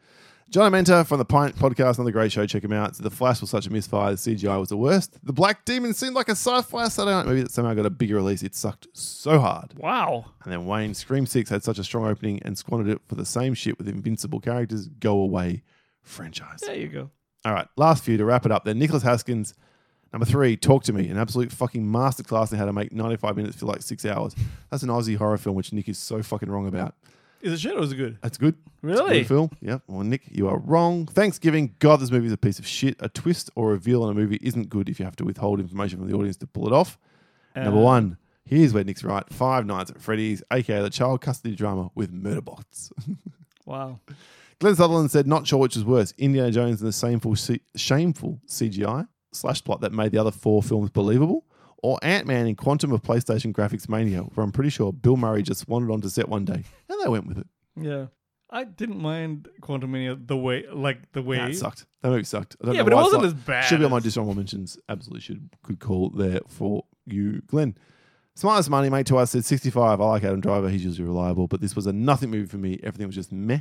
S2: John Amenta from the Pint podcast, another great show. Check him out. The Flash was such a misfire. The CGI was the worst. The Black Demon seemed like a sci fi Saturday night movie that somehow got a bigger release. It sucked so hard.
S1: wow.
S2: And then Wayne Scream 6 had such a strong opening and squandered it for the same shit with invincible characters. Go away franchise.
S1: There you go.
S2: All right, last few to wrap it up then. Nicholas Haskins, number three, Talk to Me, an absolute fucking masterclass in how to make 95 minutes feel like six hours. That's an Aussie horror film, which Nick is so fucking wrong about.
S1: Is it shit or is it good?
S2: That's good. It's a
S1: Really?
S2: good film. Yep. Well, Nick, you are wrong. Thanksgiving. God, this movie is a piece of shit. A twist or reveal on a movie isn't good if you have to withhold information from the audience to pull it off.
S1: Ah. Uh,
S2: Number one. Here's where Nick's right. Five Nights at Freddy's, aka the child custody drama with murder bots.
S1: Wow.
S2: Glenn Sutherland said, "Not sure which is worse: Indiana Jones and the shameful, C- shameful CGI slash plot that made the other four films believable, or Ant Man in Quantum of PlayStation Graphics Mania, where I'm pretty sure Bill Murray just wandered onto set one day and they went with it.
S1: Yeah. I didn't mind Quantum Mania the way like the way
S2: That sucked. That movie sucked. I don't
S1: Yeah,
S2: know
S1: but it
S2: why it's
S1: wasn't
S2: not-
S1: as bad
S2: Should be on my
S1: as-
S2: dishonorable mentions. Absolutely should. Good call there for you, Glenn. Smartest money mate to us said 65. I like Adam Driver. He's usually reliable, but this was a nothing movie for me. Everything was just meh.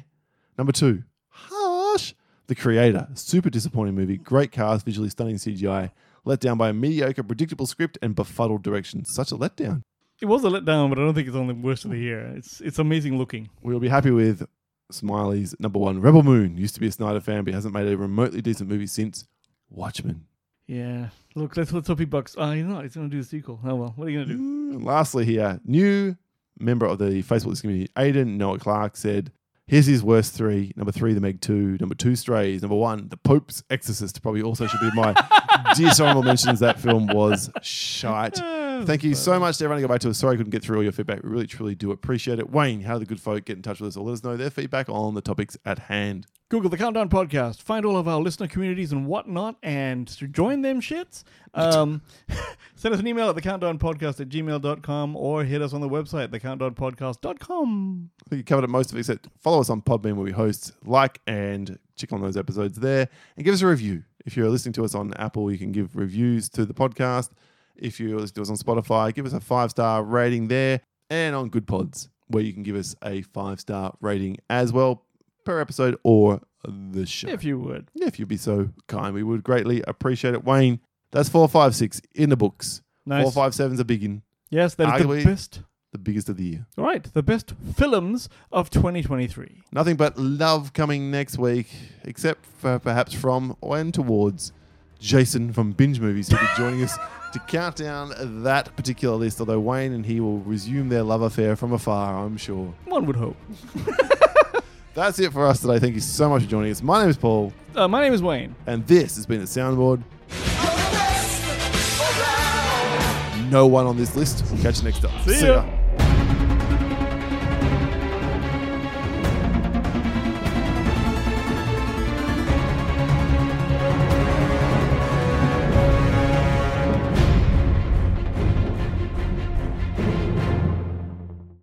S2: Number two, Harsh. The Creator. Super disappointing movie. Great cast, visually stunning CGI. Let down by a mediocre, predictable script and befuddled direction. Such a letdown.
S1: It was a letdown, but I don't think it's on the worst of the year. It's it's amazing looking.
S2: We'll be happy with Smiley's number one, Rebel Moon. Used to be a Snyder fan, but he hasn't made a remotely decent movie since Watchmen.
S1: Yeah. Look, let's let's hope he bucks. Oh, you know, what? he's gonna do a sequel. Oh well, what are you gonna do?
S2: And Mm. lastly, here, new member of the Facebook community, Aiden Noah Clark, said, Here's his worst three. Number three, The Meg 2. Number two, Strays. Number one, The Pope's Exorcist. Probably also should be my dishonorable mentions. That film was shite. Thank you so much to everyone who got back to us. Sorry I couldn't get through all your feedback. We really, truly do appreciate it. Wayne, how do the good folk get in touch with us or let us know their feedback on the topics at hand?
S1: Google the Countdown Podcast. Find all of our listener communities and whatnot and to join them shits. Um, send us an email at thecountdownpodcast at gmail.com or hit us on the website, thecountdownpodcast.com.
S2: I think you covered it most of it, except follow us on Podbean where we host, like, and check on those episodes there. And give us a review. If you're listening to us on Apple, you can give reviews to the podcast. If you're listening to us on Spotify, give us a five star rating there. And on Good Pods, where you can give us a five star rating as well per episode or the show.
S1: If you would.
S2: Yeah, if you'd be so kind, we would greatly appreciate it. Wayne, that's 456 in the books.
S1: Nice.
S2: 457's a big one,
S1: Yes, that is the
S2: Arguably-
S1: best.
S2: the biggest of the year.
S1: All right, the best films of 2023.
S2: Nothing but love coming next week, except for perhaps from and towards Jason from Binge Movies, who'll be joining us to count down that particular list. Although Wayne and he will resume their love affair from afar, I'm sure.
S1: One would hope.
S2: That's it for us today. Thank you so much for joining us. My name is Paul,
S1: Uh, my name is Wayne.
S2: and this has been the Soundboard. No one on this list. We'll catch you next time.
S1: See ya.